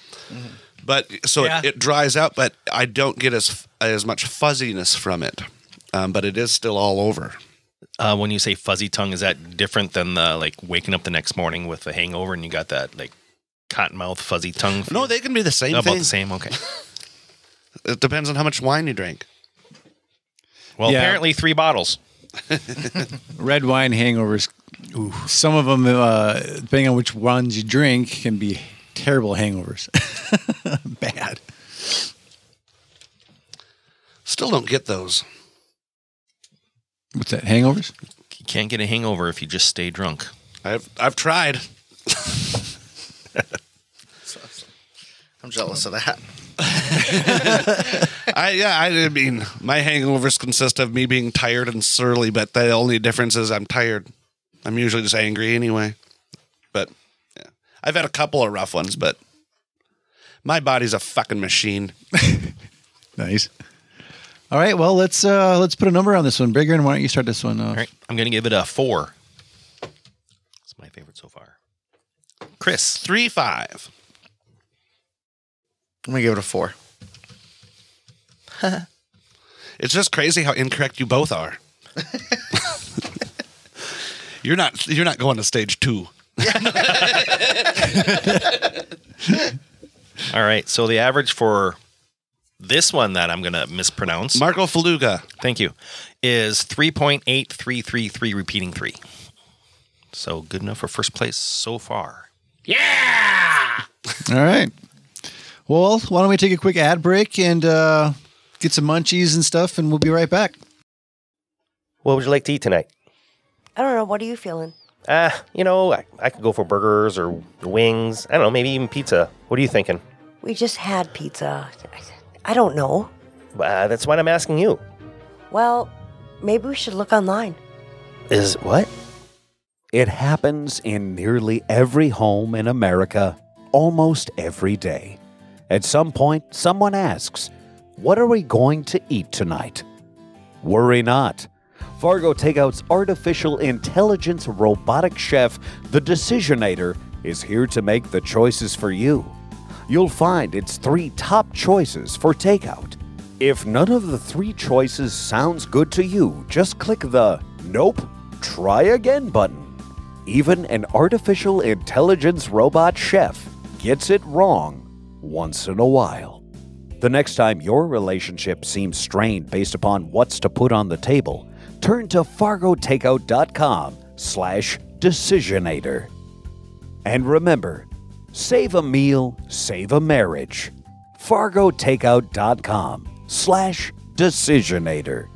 But so Yeah. it, it dries out, but I don't get as as much fuzziness from it. Um, but it is still all over. Uh, when you say fuzzy tongue, is that different than the like waking up the next morning with a hangover and you got that like cotton mouth fuzzy tongue? No, they can be the same about thing. the same. <laughs> Okay. It depends on how much wine you drink. Well, Yeah. apparently three bottles. Red wine hangovers. Some of them, uh, depending on which ones you drink, can be terrible hangovers. <laughs> Bad. Still don't get those. What's that? Hangovers? You can't get a hangover if you just stay drunk. I've I've tried. I'm jealous of that. I yeah, I mean, my hangovers consist of me being tired and surly, but the only difference is I'm tired. I'm usually just angry anyway. But yeah. I've had a couple of rough ones, but my body's a fucking machine. Nice. All right. Well, let's uh, let's put a number on this one, Bigger. And why don't you start this one? Off? All right. I'm going to give it a four. It's my favorite so far. Chris, Three five. I'm gonna give it a four. It's just crazy how incorrect you both are. <laughs> you're not you're not going to stage two. All right. So the average for this one that I'm going to mispronounce, Marco Faluga. thank you, is 3.8333 repeating three. So good enough for first place so far. All right. Well, why don't we take a quick ad break and uh, get some munchies and stuff, and we'll be right back. What would you like to eat tonight? I don't know. What are you feeling? Uh, you know, I, I could go for burgers or wings. I don't know, maybe even pizza. What are you thinking? We just had pizza. I- I don't know. Uh, that's what I'm asking you. Well, maybe we should look online. Is what? It happens in nearly every home in America almost every day. At some point, someone asks, What are we going to eat tonight? Worry not. Fargo Takeout's artificial intelligence robotic chef, the Decisionator, is here to make the choices for you. You'll find its three top choices for takeout. If none of the three choices sounds good to you, just click the Nope, Try Again button. Even an artificial intelligence robot chef gets it wrong once in a while. The next time your relationship seems strained based upon what's to put on the table, turn to fargotakeout.com slash decisionator. And remember, save a meal, save a marriage. fargotakeout.com slash decisionator.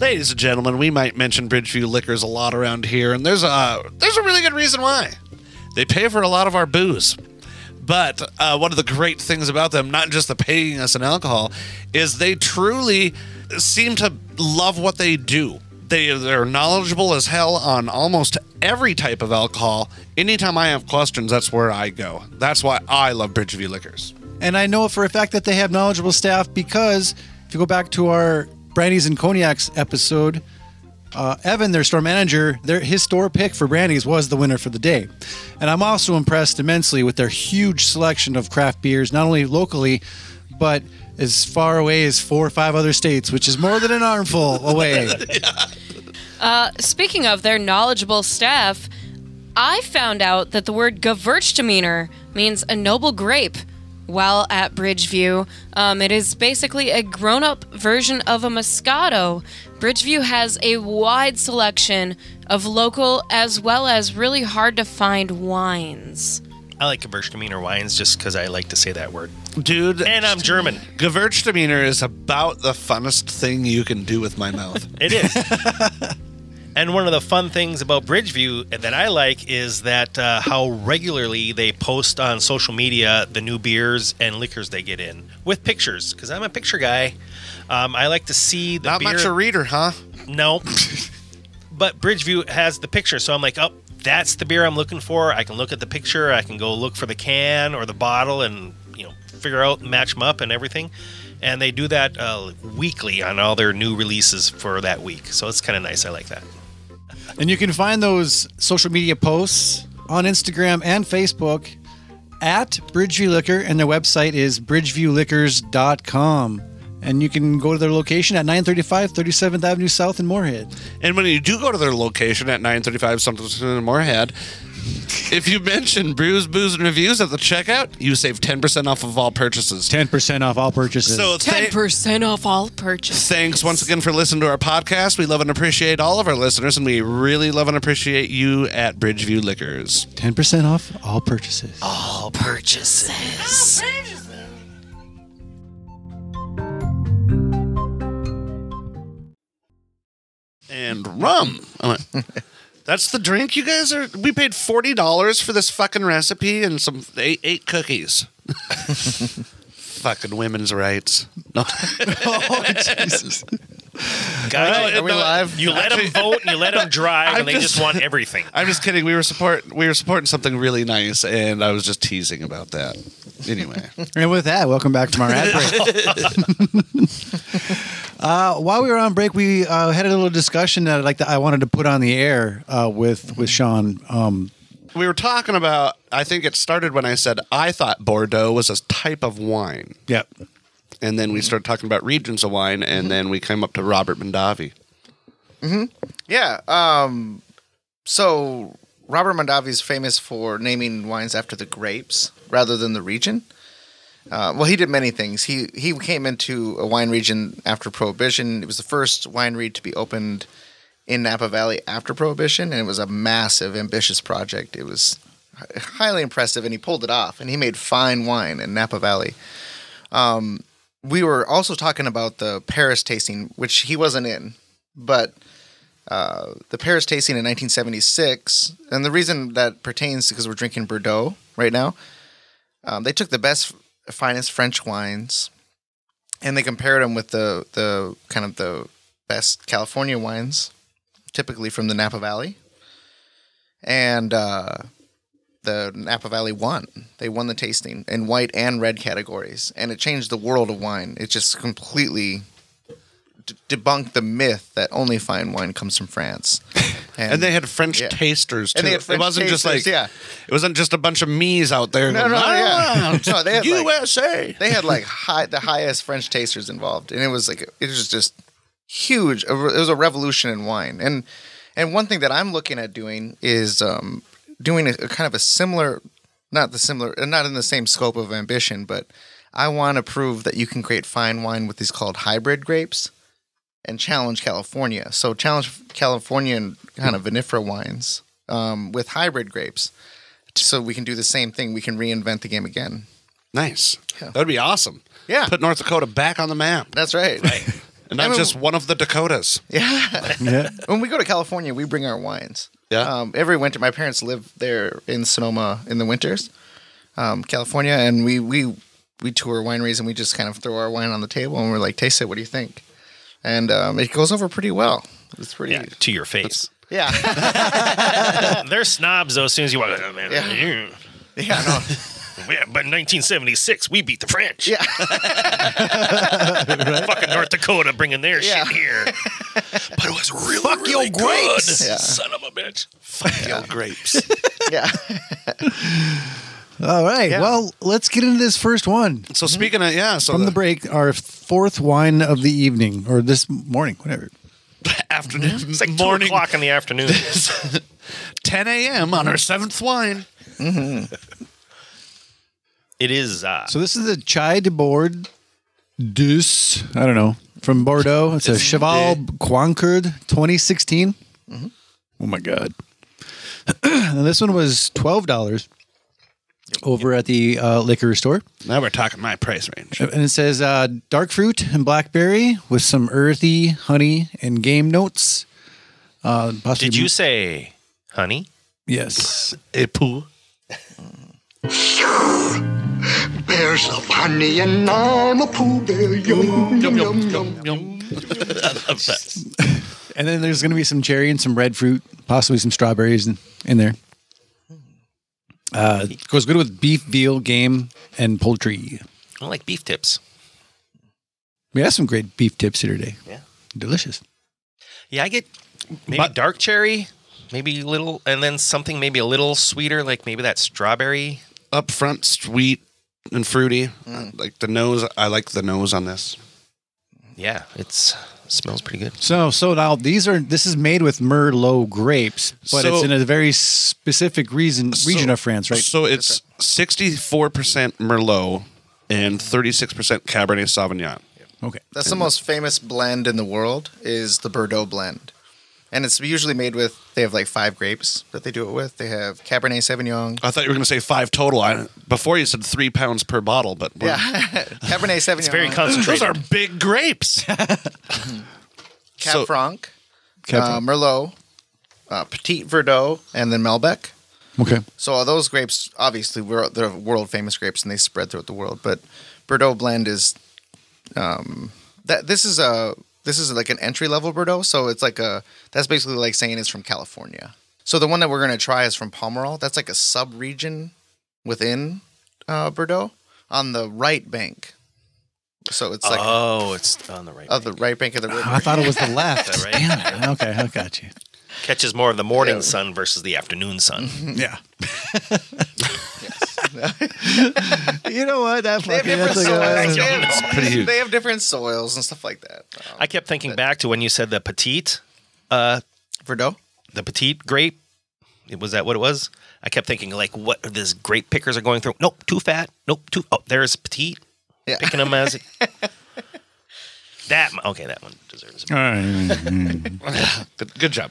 Ladies and gentlemen, we might mention Bridgeview Liquors a lot around here, and there's a there's a really good reason why. They pay for a lot of our booze, but uh, one of the great things about them, not just the paying us in alcohol, is they truly seem to love what they do. They they're knowledgeable as hell on almost every type of alcohol. Anytime I have questions, that's where I go. That's why I love Bridgeview Liquors. And I know for a fact that they have knowledgeable staff because if you go back to our brandies and cognacs episode, uh, Evan, their store manager, their his store pick for brandies was the winner for the day. And I'm also impressed immensely with their huge selection of craft beers, not only locally, but as far away as four or five other states, which is more than an armful away. Speaking of their knowledgeable staff, I found out that the word Gewürztraminer means a noble grape. While at Bridgeview, um, it is basically a grown up version of a Moscato. Bridgeview has a wide selection of local as well as really hard to find wines. I like Gewürztraminer wines just because I like to say that word. Dude, And I'm German. Gewürztraminer is about the funnest thing you can do with <laughs> my mouth. It is. <laughs> and one of the fun things about Bridgeview that I like is that uh, how regularly they post on social media the new beers and liquors they get in with pictures. Because I'm a picture guy. Um, I like to see the Not beer. much a reader, huh? No. but Bridgeview has the picture, so I'm like, oh, that's the beer I'm looking for. I can look at the picture, I can go look for the can or the bottle, and you know, figure out, match them up, and everything. Uh, And they do that <laughs> uh, weekly on all their new releases for that week, so it's kind of nice. I like that. And you can find those social media posts on Instagram and Facebook at Bridgeview Liquor, and their website is bridgeviewliquors.com. And you can go to their location at 935 37th Avenue South in Moorhead. And when you do go to their location at 935 something in Moorhead, if you mention brews, booze, and reviews at the checkout, you save 10% off of all purchases. 10% off all purchases. So Ten th- percent off all purchases. thanks once again for listening to our podcast. We love and appreciate all of our listeners, and we really love and appreciate you at Bridgeview Liquors. 10% off all purchases. And rum. I <laughs> went, That's the drink you guys are. We paid forty dollars for this fucking recipe and some eight, <laughs> eight cookies. fucking women's rights. No. <laughs> Oh, Jesus. Guys, Are we live? You let them vote and you let them drive, I'm and they just- just want everything. I'm just kidding. We were support we were supporting something really nice, and I was just teasing about that. <laughs> Anyway, And with that, welcome back from our ad break. <laughs> uh, while we were on break, we uh, had a little discussion that I'd like that I wanted to put on the air uh, with with Sean. Um, we were talking about. I think it started when I said I thought Bordeaux was a type of wine, yeah, and then we Mm-hmm. started talking about regions of wine, and then we came up to Robert Mondavi. Yeah. Um, so Robert Mondavi is famous for naming wines after the grapes rather than the region. Uh, well, he did many things. He he came into a wine region after Prohibition. It was the first winery to be opened in Napa Valley after Prohibition, and it was a massive, ambitious project. It was hi- highly impressive, and he pulled it off. And he made fine wine in Napa Valley. Um, we were also talking about the Paris tasting, which he wasn't in, but uh, the Paris tasting in 1976, and the reason that pertains because we're drinking Bordeaux right now. Um, they took the best, finest French wines, and they compared them with the the kind of the best California wines, typically from the Napa Valley. And uh, the Napa Valley won. They won the tasting in white and red categories, and it changed the world of wine. It just completely d- debunked the myth that only fine wine comes from France. <laughs> And they had French Yeah. tasters too. And they had French it wasn't tasters, just like yeah. it wasn't just a bunch of me's out there. No, going, no, yeah. "Ah, <laughs> No, they had, like- USA. they had like high, the highest French tasters involved, and it was like it was just huge. It was a revolution in wine, and and one thing that I'm looking at doing is um, doing a, a kind of a similar, not the similar, not in the same scope of ambition, but I want to prove that you can create fine wine with these called hybrid grapes, and challenge California. So challenge Californian kind of vinifera wines um, with hybrid grapes. So we can do the same thing. We can reinvent the game again. Nice. Yeah. That would be awesome. Yeah. Put North Dakota back on the map. That's right. And not I mean- just one of the Dakotas. Yeah. yeah. when we go to California, we bring our wines. Yeah. Um, every winter, my parents live there in Sonoma in the winters, um, California, and we we we tour wineries and we just kind of throw our wine on the table and we're like, taste it. What do you think? And um, it goes over pretty well. It's pretty. Yeah, to your face. Yeah. Yeah. <laughs> They're snobs though. As soon as you walk, oh, man, Yeah. yeah. no. <laughs> Yeah, but in 1976, we beat the French. Yeah. <laughs> Fucking North Dakota bringing their Yeah. shit <laughs> here. But it was really, Fuck your grapes. Yeah. son of a bitch. Yo, grapes. Yeah. All right. Well, let's get into this first one so speaking of yeah, so from the break. Our fourth wine of the evening or this morning, whatever. <laughs> afternoon, It's like morning, <laughs> two o'clock in the afternoon. 10 a.m. on our seventh wine. it is. Uh, So this is the Chai de Bord Deuce. I don't know from Bordeaux. It's a Cheval Quancourt 2016. Mm-hmm. Oh my god! <clears throat> and this one was twelve dollars over at the uh, liquor store, Now we're talking my price range. and it says uh, dark fruit and blackberry with some earthy honey and game notes. Uh, possibly- did you say, honey? Yes. A poo. There's some honey and I'm a poo bear. Yum, yum, yum, yum. Oh, And then there's going to be some cherry and some red fruit, possibly some strawberries in, in there. Uh, it goes good with beef, veal, game, and poultry. I like beef tips. We had some great beef tips here today. Yeah. Delicious. Yeah, I get maybe But- dark cherry, maybe a little, and then something maybe a little sweeter, like maybe that strawberry. Up front, sweet and fruity. Mm. Like the nose, I like the nose on this. Yeah, it's smells pretty good. So, so now these are this is made with Merlot grapes, but So- it's in a very specific reason region So- of France, right? So it's 64% Merlot and 36% Cabernet Sauvignon. okay. That's the most famous blend in the world is the Bordeaux blend. And it's usually made with they have like five grapes that they do it with. They have Cabernet <laughs> Sauvignon. I thought you were going to say five total. I, before you said three pounds per bottle, but we're- Yeah. Cabernet Sauvignon. It's Very concentrated. those are <laughs> big grapes. Cab so- Franc, Cab uh, Merlot, uh, Petit Verdot, and then Malbec. Okay. So all those grapes, obviously, were they're world famous grapes, and they spread throughout the world. But Bordeaux blend is um, that this is a this is like an entry level Bordeaux. So it's like a that's basically like saying it's from California. So the one that we're gonna try is from Pomerol. That's like a sub region within uh, Bordeaux on the right bank. So it's like oh, it's on the right. of the right bank of the river. I thought it was the left. Is that right? Damn it. Okay, I got you. Catches more of the morning sun versus the afternoon sun. Yeah. you know what? That They fucking have different that's like a, soils. They have- <laughs> pretty huge. They have different soils and stuff like that. Um, I kept thinking back to when you said the petite, uh, Bordeaux. the petite grape. Was that what it was? I kept thinking like, what these grape pickers are going through. Nope, too fat. Nope, too. Oh, there's petite. Yeah. Picking them as. <laughs> that m- okay, that one deserves. It. good, good job.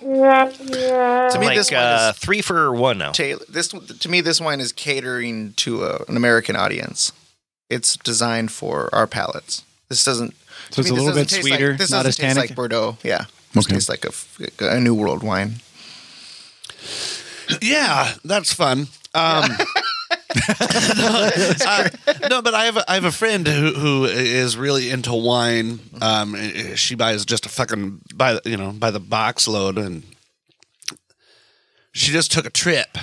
To me, like this one is uh, three for one now. tailor this to me this wine is catering to a, an american audience it's designed for our palates this doesn't So it's to a me, this little doesn't bit taste sweeter, like, this not doesn't as taste tannic? like bordeaux yeah this Okay. tastes like a, f- a new world wine Yeah, that's fun. Um, <laughs> uh, no, but I have a, I have a friend who who is really into wine. Um, eh, she buys just a fucking by the- you know by the box load, and she just took a trip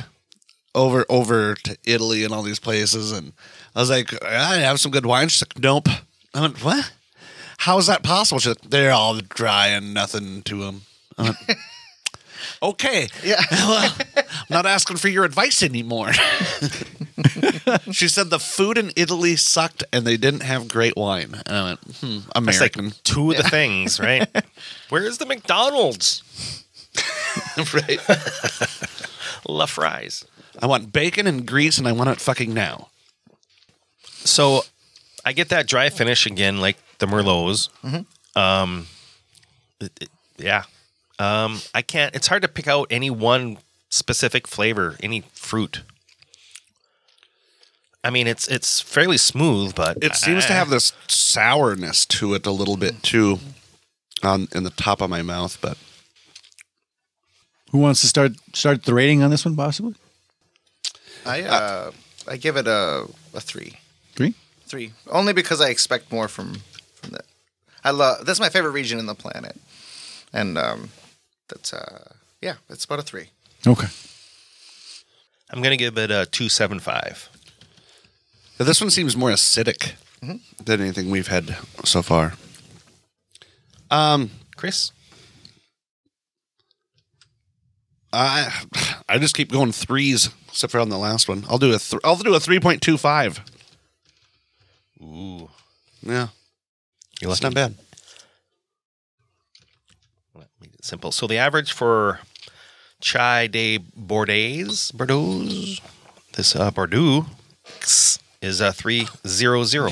over over to Italy and all these places. And I was like, I have some good wine. She's like, Nope. I went, What? How is that possible? She's like, They're all dry and nothing to them. okay. Yeah. <laughs> well, I'm not asking for your advice anymore. <laughs> she said the food in Italy sucked and they didn't have great wine. And I went, hmm, It's like American. two of the things, <laughs> right? Where's the McDonald's? right. <laughs> La fries. I want bacon and grease and I want it fucking now. So I get that dry finish again, like the Merlots. Mm-hmm. Um, it- it- yeah. Um, I can't, it's hard to pick out any one specific flavor, any fruit. I mean, it's it's fairly smooth, but It seems to have this sourness to it a little bit too on in the top of my mouth, but Who wants to start start the rating on this one? Possibly i uh i give it a a three three. three only because i expect more from from that i love that's my favorite region in the planet and um that's uh yeah it's about a three Okay. I'm gonna give it a two seven five. this one seems more acidic than anything we've had so far. Um, Chris, I I just keep going threes except for on the last one. I'll do a th- I'll do a three point two five. ooh, Yeah, you're that's not bad. Make it simple. So the average for Chai de Bordeaux, Bordeaux, this uh, Bordeaux is a three zero zero.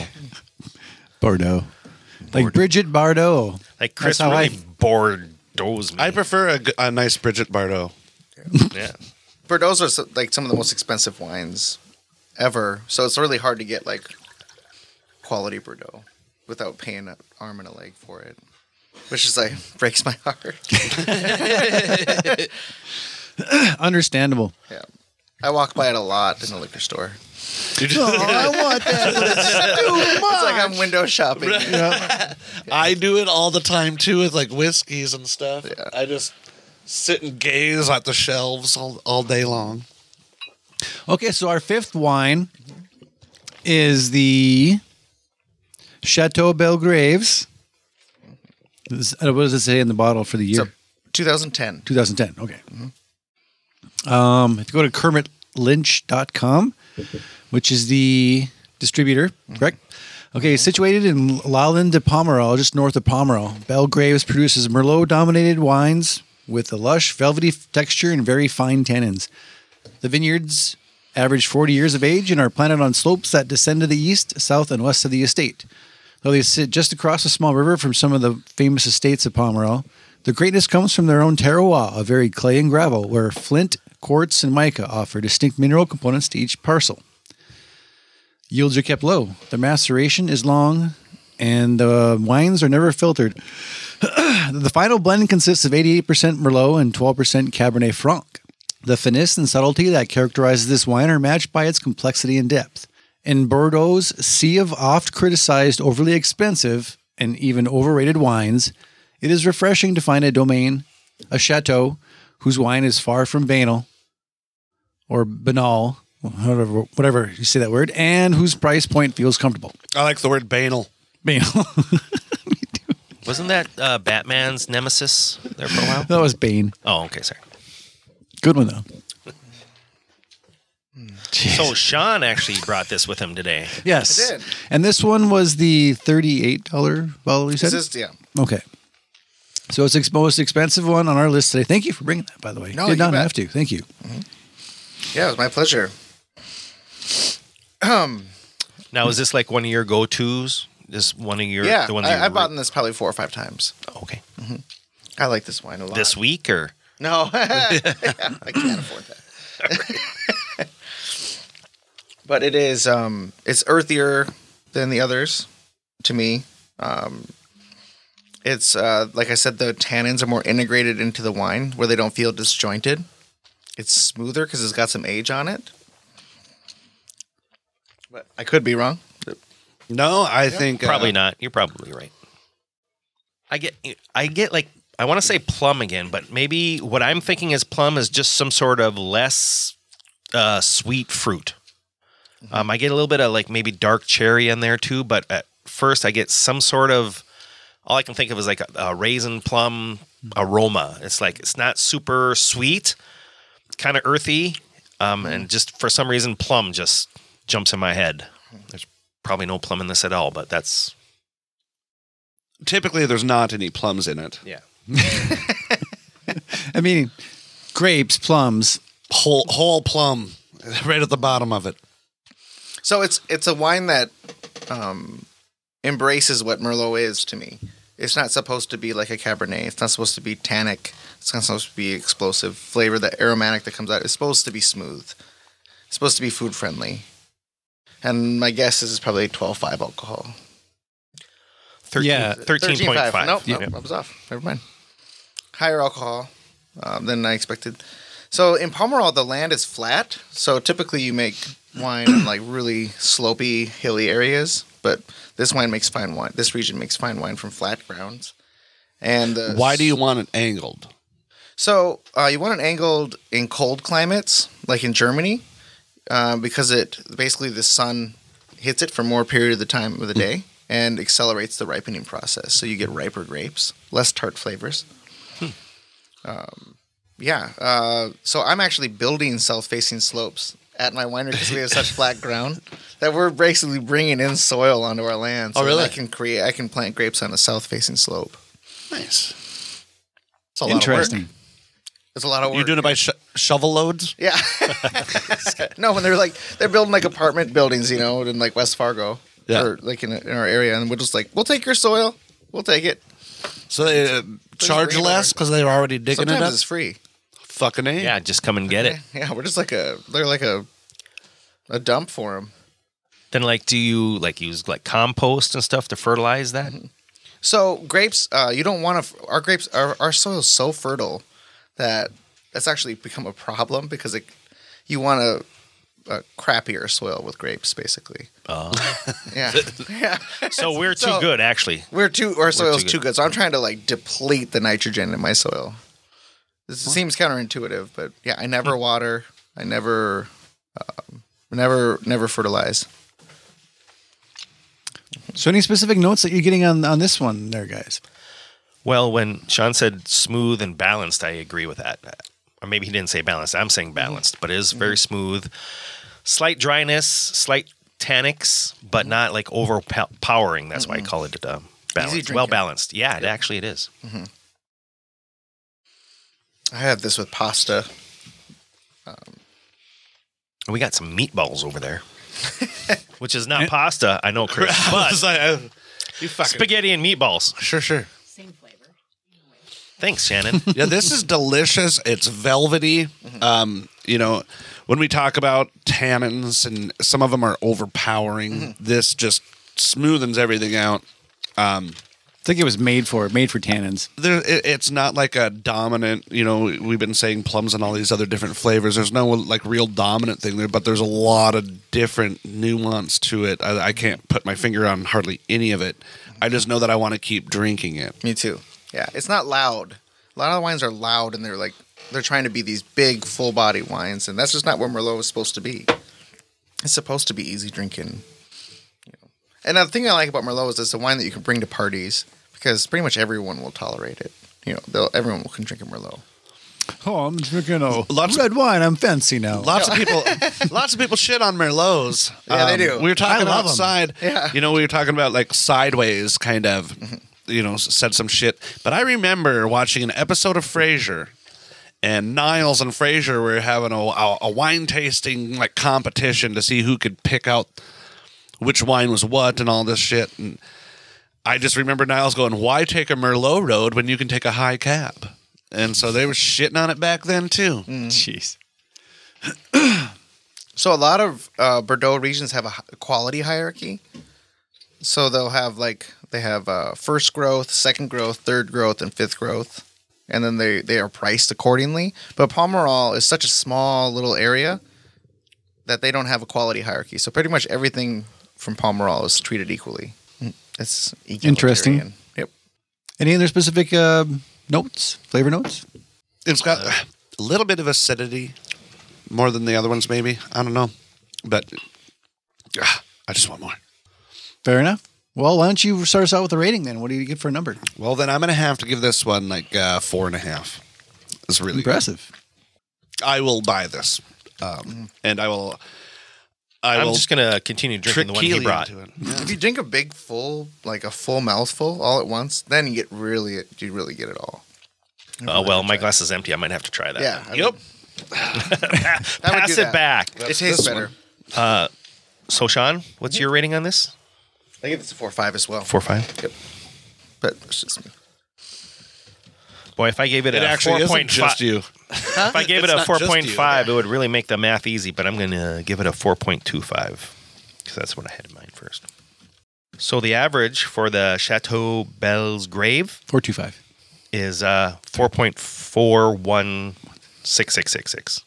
Bordeaux. Like Bridget Bardot. Like Chris That's how really I- Bordeaux's me. I prefer a, g- a nice Bridget Bardot. yeah. Bordeaux are so- like some of the most expensive wines ever, so it's really hard to get like quality Bordeaux without paying an arm and a leg for it, which is like <laughs> breaks my heart. <laughs> Understandable. Yeah, I walk by it a lot in the liquor store. Oh, I <laughs> want that. <laughs> It's like I'm window shopping. I do it all the time too with like whiskeys and stuff. I just sit and gaze at the shelves all, all day long. Okay, so our fifth wine is the Chateau Belgraves. This- uh, What does it say in the bottle for the It's year? a 2010. 2010. Okay. Um, if you go to KermitLynch.com, which is the distributor, correct? Okay, situated in Lowland de Pomerol, just north of Pomerol, Belgraves produces Merlot dominated wines with a lush, velvety f- texture and very fine tannins. The vineyards average 40 years of age and are planted on slopes that descend to the east, south, and west of the estate. Though they sit just across a small river from some of the famous estates of Pomerol, the greatness comes from their own terroir of varied clay and gravel, where flint, quartz, and mica offer distinct mineral components to each parcel. Yields are kept low, the maceration is long, and the wines are never filtered. <clears throat> The final blend consists of 88% Merlot and 12% Cabernet Franc. The finesse and subtlety that characterizes this wine are matched by its complexity and depth. In Bordeaux's sea of oft criticized, overly expensive, and even overrated wines, it is refreshing to find a domain, a chateau, whose wine is far from banal or banal, whatever, whatever you say that word, and whose price point feels comfortable. I like the word banal. Banal. Wasn't that uh, Batman's nemesis there for a <laughs> while? <laughs> that was Bane. Oh, okay, sorry. Good one, though. So Sean actually brought this with him today. Yes. I did. And this one was the $38 bottle you said? This is, yeah. okay. So it's the most expensive one on our list today. Thank you for bringing that, by the way. No, Did you not bet. have to. Thank you. Yeah, it was my pleasure. Now, is this like one of your go tos? This one of your yeah, the ones you I, I've re- bought this probably four or five times. Okay, I like this wine a lot. this week or <laughs> <laughs> No, <laughs> I can't afford that. <laughs> but it is um it's earthier than the others to me. Um it's uh like I said the tannins are more integrated into the wine where they don't feel disjointed. It's smoother cuz it's got some age on it. But I could be wrong. No, I think uh, probably not. You're probably right. I get I get like I want to say plum again, but maybe what I'm thinking is plum is just some sort of less uh, sweet fruit. Um, I get a little bit of like maybe dark cherry in there too, but at first I get some sort of all I can think of is like a, a raisin plum aroma. It's like it's not super sweet, kind of earthy, um, and just for some reason plum just jumps in my head. There's probably no plum in this at all, but that's Typically, there's not any plums in it. yeah. I mean, grapes, plums. Whole whole plum, <laughs> right at the bottom of it. So it's it's a wine that um, embraces what Merlot is to me. It's not supposed to be like a Cabernet. It's not supposed to be tannic. It's not supposed to be explosive flavor. The aromatic that comes out is supposed to be smooth. It's supposed to be food friendly. And my guess is it's probably 12.5 alcohol. 13, Yeah. 13.5. 13.5. Nope, Yeah. nope, I was off. Never mind. Higher alcohol um, than I expected. So in Pomerol, the land is flat. So typically you make wine in like really slopey, hilly areas. But this wine makes fine wine. This region makes fine wine from flat grounds. And the, Why do you want it angled? So uh, you want it angled in cold climates, like in Germany, uh, because it basically the sun hits it for more period of the time Hmm. of the day and accelerates the ripening process. So you get riper grapes, less tart flavors. Hmm. Um, yeah. Uh, so I'm actually building south-facing slopes at my winery because we <laughs> have such flat ground that we're basically bringing in soil onto our land. So Oh, really? I can create. I can plant grapes on a south-facing slope. Nice. It's a Interesting. It's a lot of work. You're doing it by sho- shovel loads. Yeah. <laughs> no, when they're like they're building like apartment buildings, you know, in like West Fargo Yeah. or like in, in our area, and we're just like, we'll take your soil, we'll take it. So they uh, charge green less over. because they're already digging Sometimes it it's up. free. Fucking a. Yeah, just come and get it. Yeah, we're just like a they're like a a dump for them. Then like do you like use like compost and stuff to fertilize that? Mm-hmm. So grapes, uh, you don't want to. Our grapes, our, our soil is so fertile that that's actually become a problem because it, you want a, a crappier soil with grapes, basically. Oh. <laughs> <laughs> Yeah, yeah. So we're too So- good actually. We're too our soil's too too, good, so I'm trying to like deplete the nitrogen in my soil. This seems counterintuitive, but yeah, I never water. I never, um, never, never fertilize. So, any specific notes that you're getting on, on this one, there, guys? Well, when Sean said smooth and balanced, I agree with that. Or maybe he didn't say balanced. I'm Mm-hmm. saying balanced, but it is very smooth. Slight dryness, slight tannics, but not like overpowering. That's why I call it uh, balanced. Well drinking. balanced. Yeah, it actually it is. I had this with pasta. And we got some meatballs over <laughs> there, which is not pasta. <laughs> I know, Chris, but you fucking spaghetti and meatballs. sure, sure. Thanks, <laughs> Shannon. yeah, this is delicious. It's velvety. Um, you know, when we talk about tannins and some of them are overpowering, Mm-hmm. this just smoothens everything out. think it was made for made for tannins. There, it, it's not like a dominant. You know, we've been saying plums and all these other different flavors. There's no like real dominant thing there, but there's a lot of different nuance to it. I, I can't put my finger on hardly any of it. I just know that I want to keep drinking it. Me too. Yeah, it's not loud. A lot of the wines are loud, and they're like they're trying to be these big, full body wines, and that's just not what Merlot is supposed to be. It's supposed to be easy drinking. You know. And the thing I like about Merlot is it's a wine that you can bring to parties because pretty much everyone will tolerate it. You know, they'll, everyone can drink a Merlot. Oh, I'm drinking a Lots- red wine. I'm fancy now. Lots of people, <laughs> lots of people shit on Merlots. Um, Yeah, they do. We were talking I love 'em. outside. Yeah. You know, we were talking about like sideways, kind of. You know, s- said some shit. But I remember watching an episode of Frasier, and Niles and Frasier were having a, a, a wine tasting like competition to see who could pick out which wine was what and all this shit. And I just remember Niles going, "Why take a Merlot road when you can take a high cab?" And so they were shitting on it back then too. Jeez. So a lot of uh, Bordeaux regions have a hi- quality hierarchy. So they'll have like they have uh, first growth, second growth, third growth, and fifth growth, and then they they are priced accordingly. But Pomerol is such a small little area that they don't have a quality hierarchy. So pretty much everything from Pomerol is treated equally. Mm, It's Interesting. egalitarian. Yep. Any other specific uh, notes, flavor notes? It's got a little bit of acidity, more than the other ones, maybe. I don't know, but ah, I just want more. Fair enough. Well, why don't you start us out with a rating then? What do you get for a number? Well, then I'm gonna have to give this one like uh, four and a half. It's really good. Impressive. I will buy this, um, and I will. I I'm will just gonna continue drinking trick the one he Keely brought. into it. If you drink a big full, like a full mouthful all at once, then you get really you really get it all. Oh well, my glass is empty. I might have to try that. Yeah. I <laughs> Yep. would- I would do pass it that. back. It tastes this better. So, Sean, what's your rating on this? I give this a four five as well. Four five. But it's just me. Boy, if I gave it, It a actually four isn't point just five, you. if I gave it It's a not four just you. point five, it would really make the math easy. But I'm gonna give it a four point two five because that's what I had in mind first. So the average for the Chateau Belle's Grave 425. is uh, four point four one six six six six.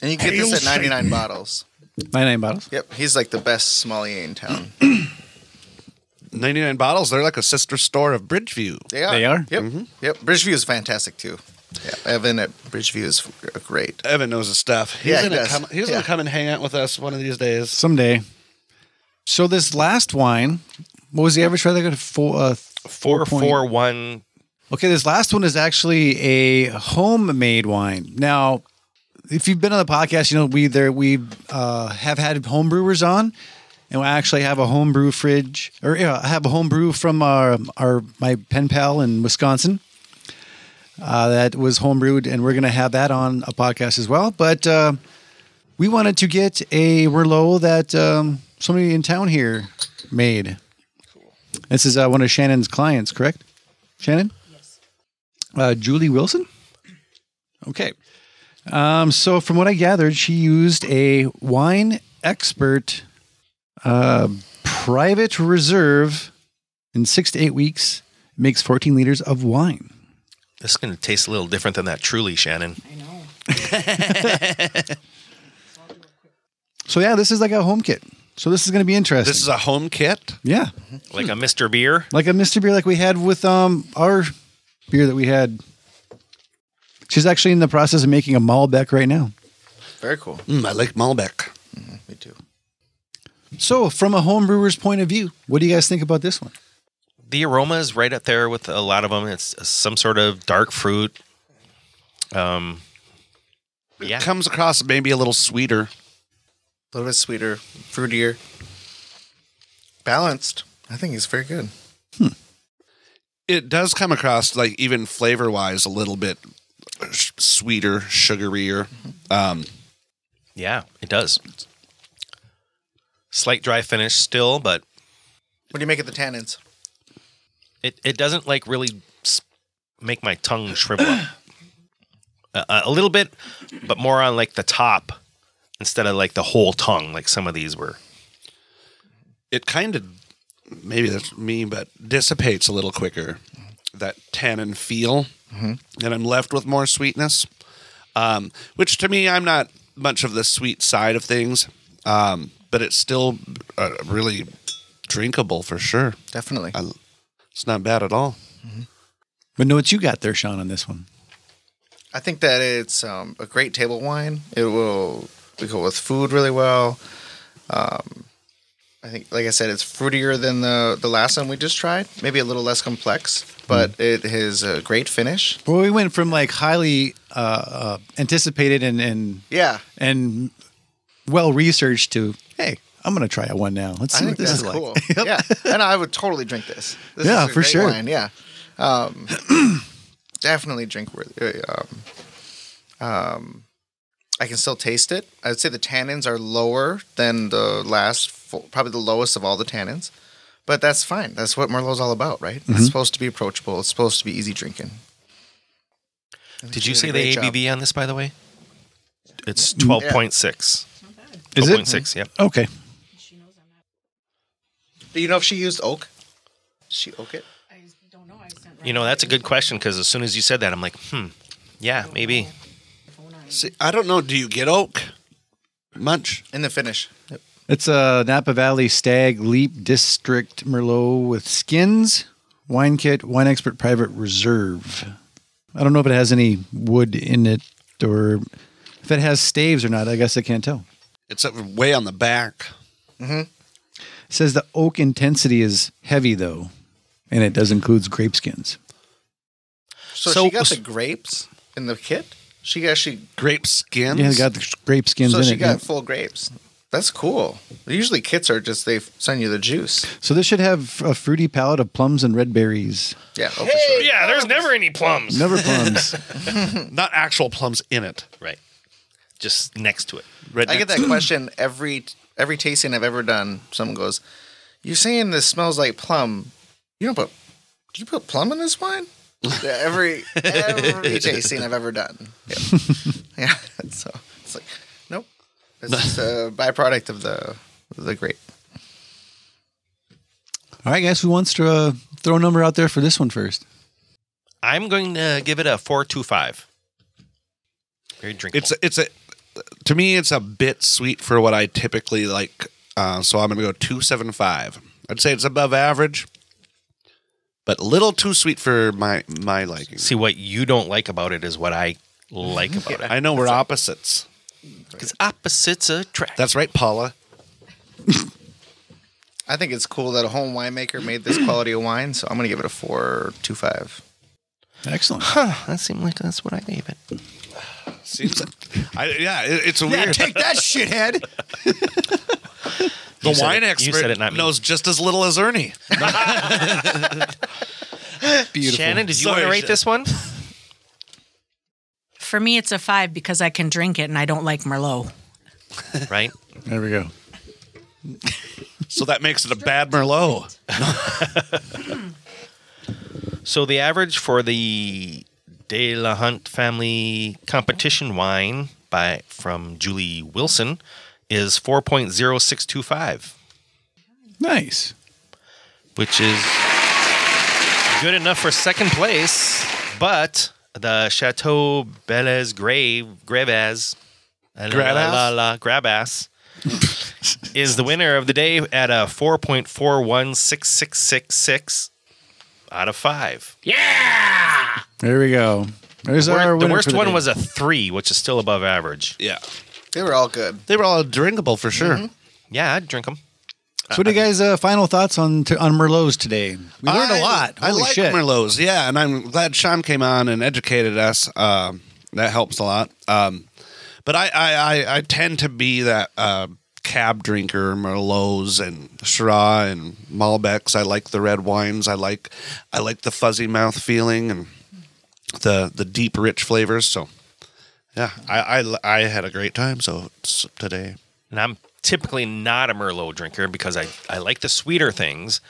And you get this at 99 bottles. 99 bottles. Yep, he's like the best sommelier in <clears throat> town. Ninety nine bottles. They're like a sister store of Bridgeview. They are. They are? Yep. Yep. Bridgeview is fantastic too. Mm-hmm. Yeah, Evan at Bridgeview is great. Evan knows his stuff. He's Yeah, he gonna does. come. He's Yeah. gonna come and hang out with us one of these days. Someday. So this last wine, what was the average for that? Got a Four, uh, Four point- four one. Okay, this last one is actually a homemade wine. Now, if you've been on the podcast, you know we there we uh, have had home brewers on, and we actually have a homebrew fridge or yeah, I have a homebrew from our our my pen pal in Wisconsin uh, that was homebrewed, and we're gonna have that on a podcast as well. But uh, we wanted to get a Merlot that um, somebody in town here made. This is uh, one of Shannon's clients, correct? Shannon? Uh, Julie Wilson? Okay. Um, so, from what I gathered, she used a wine expert uh, private reserve in six to eight weeks, makes 14 liters of <laughs> wine. This is gonna taste a little different than that. Truly, Shannon. So, yeah, this is like a home kit. So, this is going to be interesting. This is a home kit. yeah. Like a Mr. Beer. Like a Mr. Beer, like we had with um, our beer that we had. She's actually in the process of making a Malbec right now. Very cool. Mm, I like Malbec. Me too. So, from a home brewer's point of view, what do you guys think about this one? the aroma is right up there with a lot of them. It's uh, some sort of dark fruit. Um, yeah, Comes across maybe a little sweeter. A little bit sweeter, fruitier, balanced. I think it's very good. It does come across like even flavor wise a little bit sh- sweeter, sugarier. Um, yeah, it does. Slight dry finish still, but What do you make of the tannins? it, it doesn't like really s- make my tongue shrivel up. A, a little bit, but more on like the top instead of like the whole tongue, like some of these were. it kind of maybe that's me, but dissipates a little quicker. That tannin feel, and I'm left with more sweetness. Um, which to me, I'm not much of the sweet side of things, um, but it's still uh, really drinkable for sure. Definitely. I, it's not bad at all. But know what you got there, Sean, on this one. I think that it's um, a great table wine. It will we go with food really well. Um, I think, like I said, it's fruitier than the the last one we just tried. Maybe a little less complex, but it is a great finish. Well, we went from like highly uh, uh, anticipated and and Yeah, and well researched to hey, I'm gonna try it one now. Let's I see think what this that's is like. <laughs> cool. <laughs> Yeah, and I would totally drink this. this Yeah, is a for great sure. Wine. Yeah, um, <clears throat> definitely drink worthy. uh, Um, um, I can still taste it. I would say the tannins are lower than the last, fo- probably the lowest of all the tannins, but that's fine. That's what Merlot's all about, right? It's supposed to be approachable. It's supposed to be easy drinking. Did you did a say great the job. ABV on this, by the way? It's 12.6. Is it? 12.6, yep. Okay. Do you know if she used oak? She oak it. You know, that's a good question because as soon as you said that, I'm like, hmm, yeah, maybe. See, I don't know. Do you get oak much? In the finish. It's a Napa Valley Stag Leap District Merlot with skins, wine kit, wine expert private reserve. I don't know if it has any wood in it or if it has staves or not. I guess I can't tell. It's up way on the back. It says the oak intensity is heavy though, and it does includes grape skins. So, So- she got the grapes in the kit. She actually Grape skins. Yeah, it got the grape skins so in she it. got yeah. full grapes. That's cool. Usually kits are just they send you the juice. So this should have a fruity palette of plums and red berries. Yeah. Oh, for sure. Yeah, there's never any plums. <laughs> Never plums. not actual plums in it. Right. Just next to it. Right I get next- that question every every tasting I've ever done. Someone goes, "You're saying this smells like plum. You don't put do you put plum in this wine?" Yeah, every <laughs> every tasting I've ever done. Yeah. yeah. <laughs> So it's like, nope. It's just a byproduct of the the grape. All right, guys, who wants to uh, throw a number out there for this one first? I'm going to give it a 425. Very drinkable. It's a, it's a to me it's a bit sweet for what I typically like. Uh, so I'm gonna go two seven five. I'd say it's above average, but a little too sweet for my my liking. See, what you don't like about it is what I like about it. I know we're opposites. Because opposites attract. That's right, Paula. I think it's cool that a home winemaker made this quality of wine, so I'm gonna give it a four two five. Excellent. Huh, that seemed like that's what I gave it. Seems, I, yeah, it, it's a Yeah, weird. take that, <laughs> shithead. the You said wine it- you expert said it, not me. knows just as little <laughs> as Ernie. Shannon, did you want to Sorry, rate Shan- this one? For me, it's a five because I can drink it and I don't like Merlot. <laughs> right? There we go. So that makes it a bad Merlot. So the average for the De La Hunt family competition wine by from Julie Wilson is 4.0625, Nice. which is good enough for second place, but the Chateau Belles Grave Greves la, la, la, la, la, Grabass is the winner of the day at a 4.416666 out of 5. There we go. There's Wor- our the winner for worst one day. was a three, which is still above average. Yeah, Mm-hmm. They were all good. they were all drinkable for sure. Yeah, I'd drink them. So, what are you guys' uh, final thoughts on to, on Merlots today? We learned a I- lot. I Holy like shit! Merlots, yeah, and I'm glad Sean came on and educated us. Um, that helps a lot. Um, but I, I, I, I tend to be that uh, cab drinker, Merlots and Syrah and Malbecs. I like the red wines. I like I like the fuzzy mouth feeling and the the deep rich flavors. So yeah, I I, I had a great time. So it's today. and I'm typically not a Merlot drinker because I, I like the sweeter things.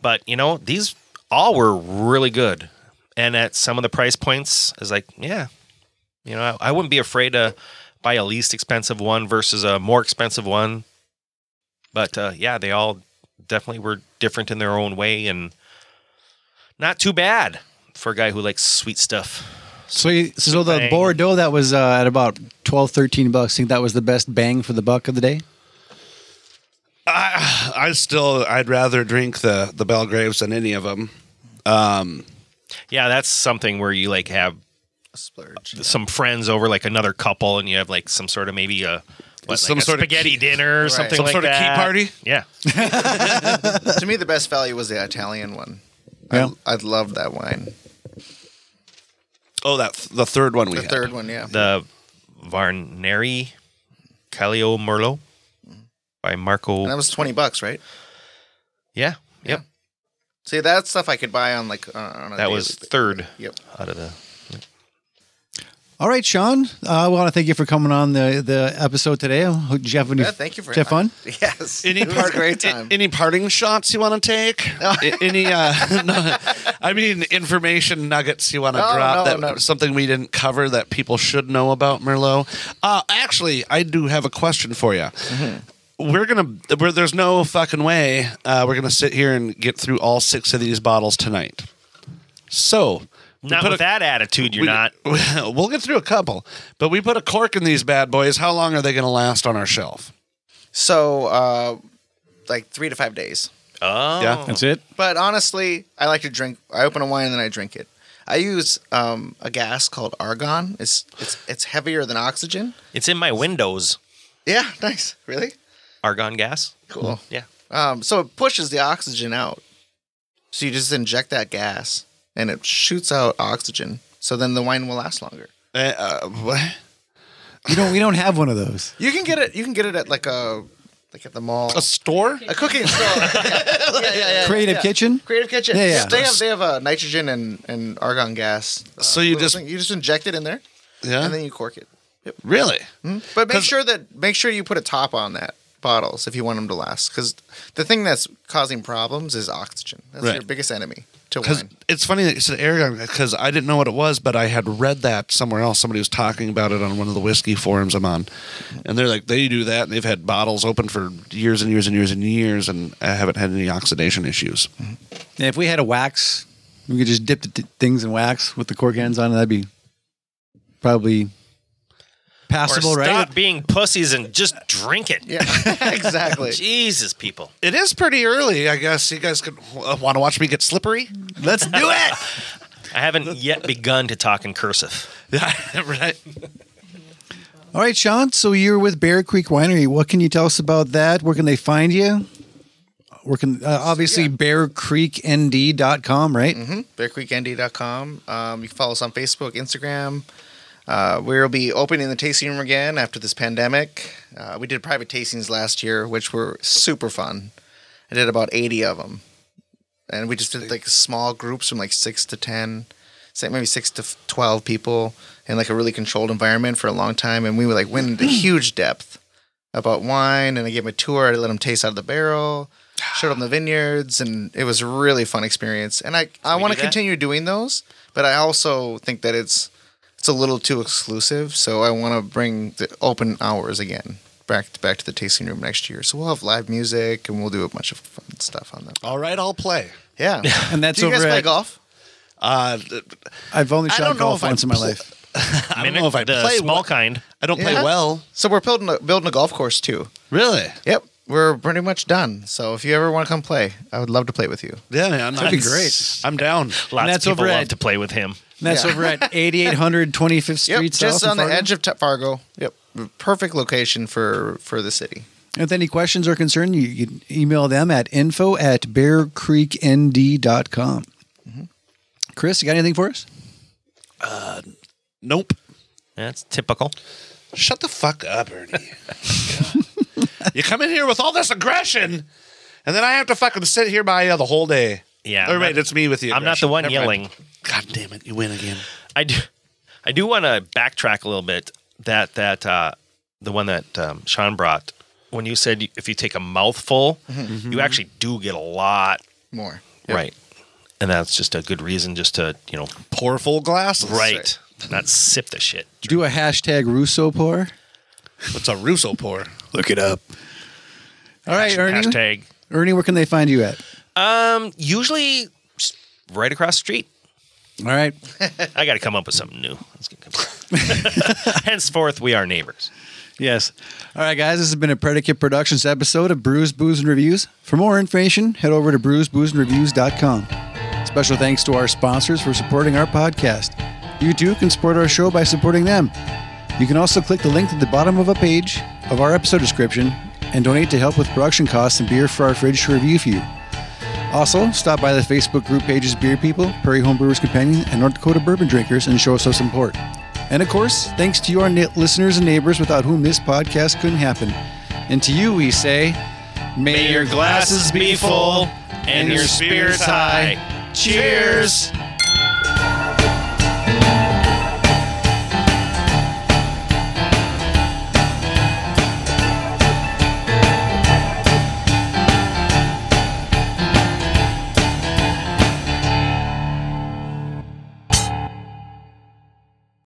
But you know, these all were really good. And at some of the price points, I was like, yeah, you know, I, I wouldn't be afraid to buy a least expensive one versus a more expensive one. But uh, yeah, they all definitely were different in their own way and not too bad for a guy who likes sweet stuff. So, you, so the Bang. Bordeaux that was uh, at about 12, 13 bucks. Think that was the best bang for the buck of the day? I, I still I'd rather drink the the Belgraves than any of them. Um, Yeah, that's something where you like have splurge. some friends over, like another couple, and you have like some sort of maybe a what, Some like a sort of spaghetti key- dinner or Right. something Some like sort of key that. party? Yeah, <laughs> to me, the best value was the Italian one. Yeah. I, I loved that wine. oh, that the third one we The had. third one, yeah. the Varneri Calio Merlot by Marco. and that was twenty bucks, right? yeah, yep, See, that stuff I could buy on like uh, on a that was daily- third Yep. out of the. All right, Sean. Uh, I want to thank you for coming on the, the episode today. Did you have any? Yeah, thank you for did you have fun. <laughs> Yes, Any <laughs> it was part, a great time. a- Any parting shots you want to take? <laughs> A- any? Uh, <laughs> no, I mean, information nuggets you want to No, drop no, that no. something we didn't cover that people should know about Merlot. Uh, actually, I do have a question for you. Mm-hmm. We're gonna. We're, there's no fucking way uh, we're gonna sit here and get through all six of these bottles tonight. So. we Not put with a- that attitude, you're we- not. <laughs> We'll get through a couple, but we put a cork in these bad boys. How long are they going to last on our shelf? so, uh, like three to five days. Oh, Yeah. That's it. But honestly, I like to drink. I open a wine and then I drink it. I use um, a gas called argon. It's it's it's heavier than oxygen. it's in my windows. Yeah, <laughs> nice. Really Argon gas. cool. Yeah, Um, so it pushes the oxygen out. So you just inject that gas and it shoots out oxygen. So then the wine will last longer. Uh, uh, what? You don't. We don't have one of those. You can get it. You can get it at like a like at the mall, A store? a cooking store. <laughs> yeah, yeah, yeah, <laughs> yeah, Creative yeah. kitchen. Creative Kitchen. Yeah, yeah. They have they have uh, nitrogen and, and argon gas. uh, So you little just- thing. you just inject it in there Yeah. and then you cork it. really? But make 'Cause- sure that make sure you put a top on that bottles if you want them to last because the thing that's causing problems is oxygen. That's Right. your biggest enemy to Because wine. it's funny that you said Aragon because I didn't know what it was, but I had read that somewhere else. Somebody was talking about it on one of the whiskey forums I'm on, and they're like, they do that, and they've had bottles open for years and years and years and years, and I haven't had any oxidation issues. Yeah, if we had a wax, we could just dip the t- things in wax with the cork ends on. it. That'd be probably passable, or right? stop being pussies and just drink it. Yeah, <laughs> exactly. Jesus, people. It is pretty early, I guess. You guys could want to watch me get slippery. Let's do it. I haven't yet begun to talk in cursive. <laughs> right. All right, Sean. So you're with Bear Creek Winery. What can you tell us about that? Where can they find you? Where can uh, obviously bearcreeknd.com, right? Mm-hmm. BearCreekND.com. Um, you can follow us on Facebook, Instagram. Uh, we'll be opening the tasting room again after this pandemic. Uh, we did private tastings last year, which were super fun. I did about 80 of them. And we just did like small groups from like six to 10, say maybe six to 12 people in like a really controlled environment for a long time. And we were <clears throat> like went into huge depth about wine. And I gave them a tour. I let them taste out of the barrel, showed them the vineyards. And it was a really fun experience. And I, I we want do to that? continue doing those, but I also think that it's, it's a little too exclusive, so I want to bring the open hours again back back to the tasting room next year. So we'll have live music and we'll do a bunch of fun stuff on that. <laughs> All right, I'll play. Yeah, <laughs> And that's do you guys over play at- golf? Uh, I've only I shot don't know golf if I once in my pl- life. I don't know if I the play small well. kind. I don't play Yeah. well. So we're building a, building a golf course too. Really? Yep, we're pretty much done. So if you ever want to come play, I would love to play with you. Yeah, man. That'd be great. I'm down. Lots that's of people over love at- to play with him. And that's Yeah. over at 8800 25th Street <laughs> Yep, just South in on the Fargo. edge of T- Fargo. Yep, perfect location for for the city. If any questions or concern, you can email them at info at bearcreeknd.com. Mm-hmm. Chris, you got anything for us? Nope. That's typical. Shut the fuck <laughs> up, Ernie. God. you come in here with all this aggression, and then I have to fucking sit here by you the whole day. Yeah, Or I'm wait, not- it's me with the I'm not aggression. the one Never yelling. mind. God damn it, you win again. I do, <laughs> I do want to backtrack a little bit. That that uh, the one that um, Sean brought when you said you- if you take a mouthful, Mm-hmm. you actually do get a lot More. right, and that's just a good reason just to you know Pour full glasses. right, not sip the shit. Do a hashtag Russo pour. What's a Russo pour? Look it up. All right, Ernie. Hashtag Ernie, where can they find you at? um usually s- right across the street. All <laughs> right. I got to come up with something new. That's gonna come <laughs> <laughs> Henceforth, we are neighbors. Yes. All right, guys, this has been a Predicate Productions episode of Brews, Booze, and Reviews. For more information, head over to brewsboozeandreviews.com. Special thanks to our sponsors for supporting our podcast. You too can support our show by supporting them. You can also click the link at the bottom of a page of our episode description and donate to help with production costs and beer for our fridge to review for you. Also, stop by the Facebook group pages Beer People, Prairie Homebrewers Companion, and North Dakota Bourbon Drinkers and show us some support. And of course, thanks to you, our na- listeners and neighbors without whom this podcast couldn't happen. And to you, we say, May, May your glasses be full and your spirits high. Cheers.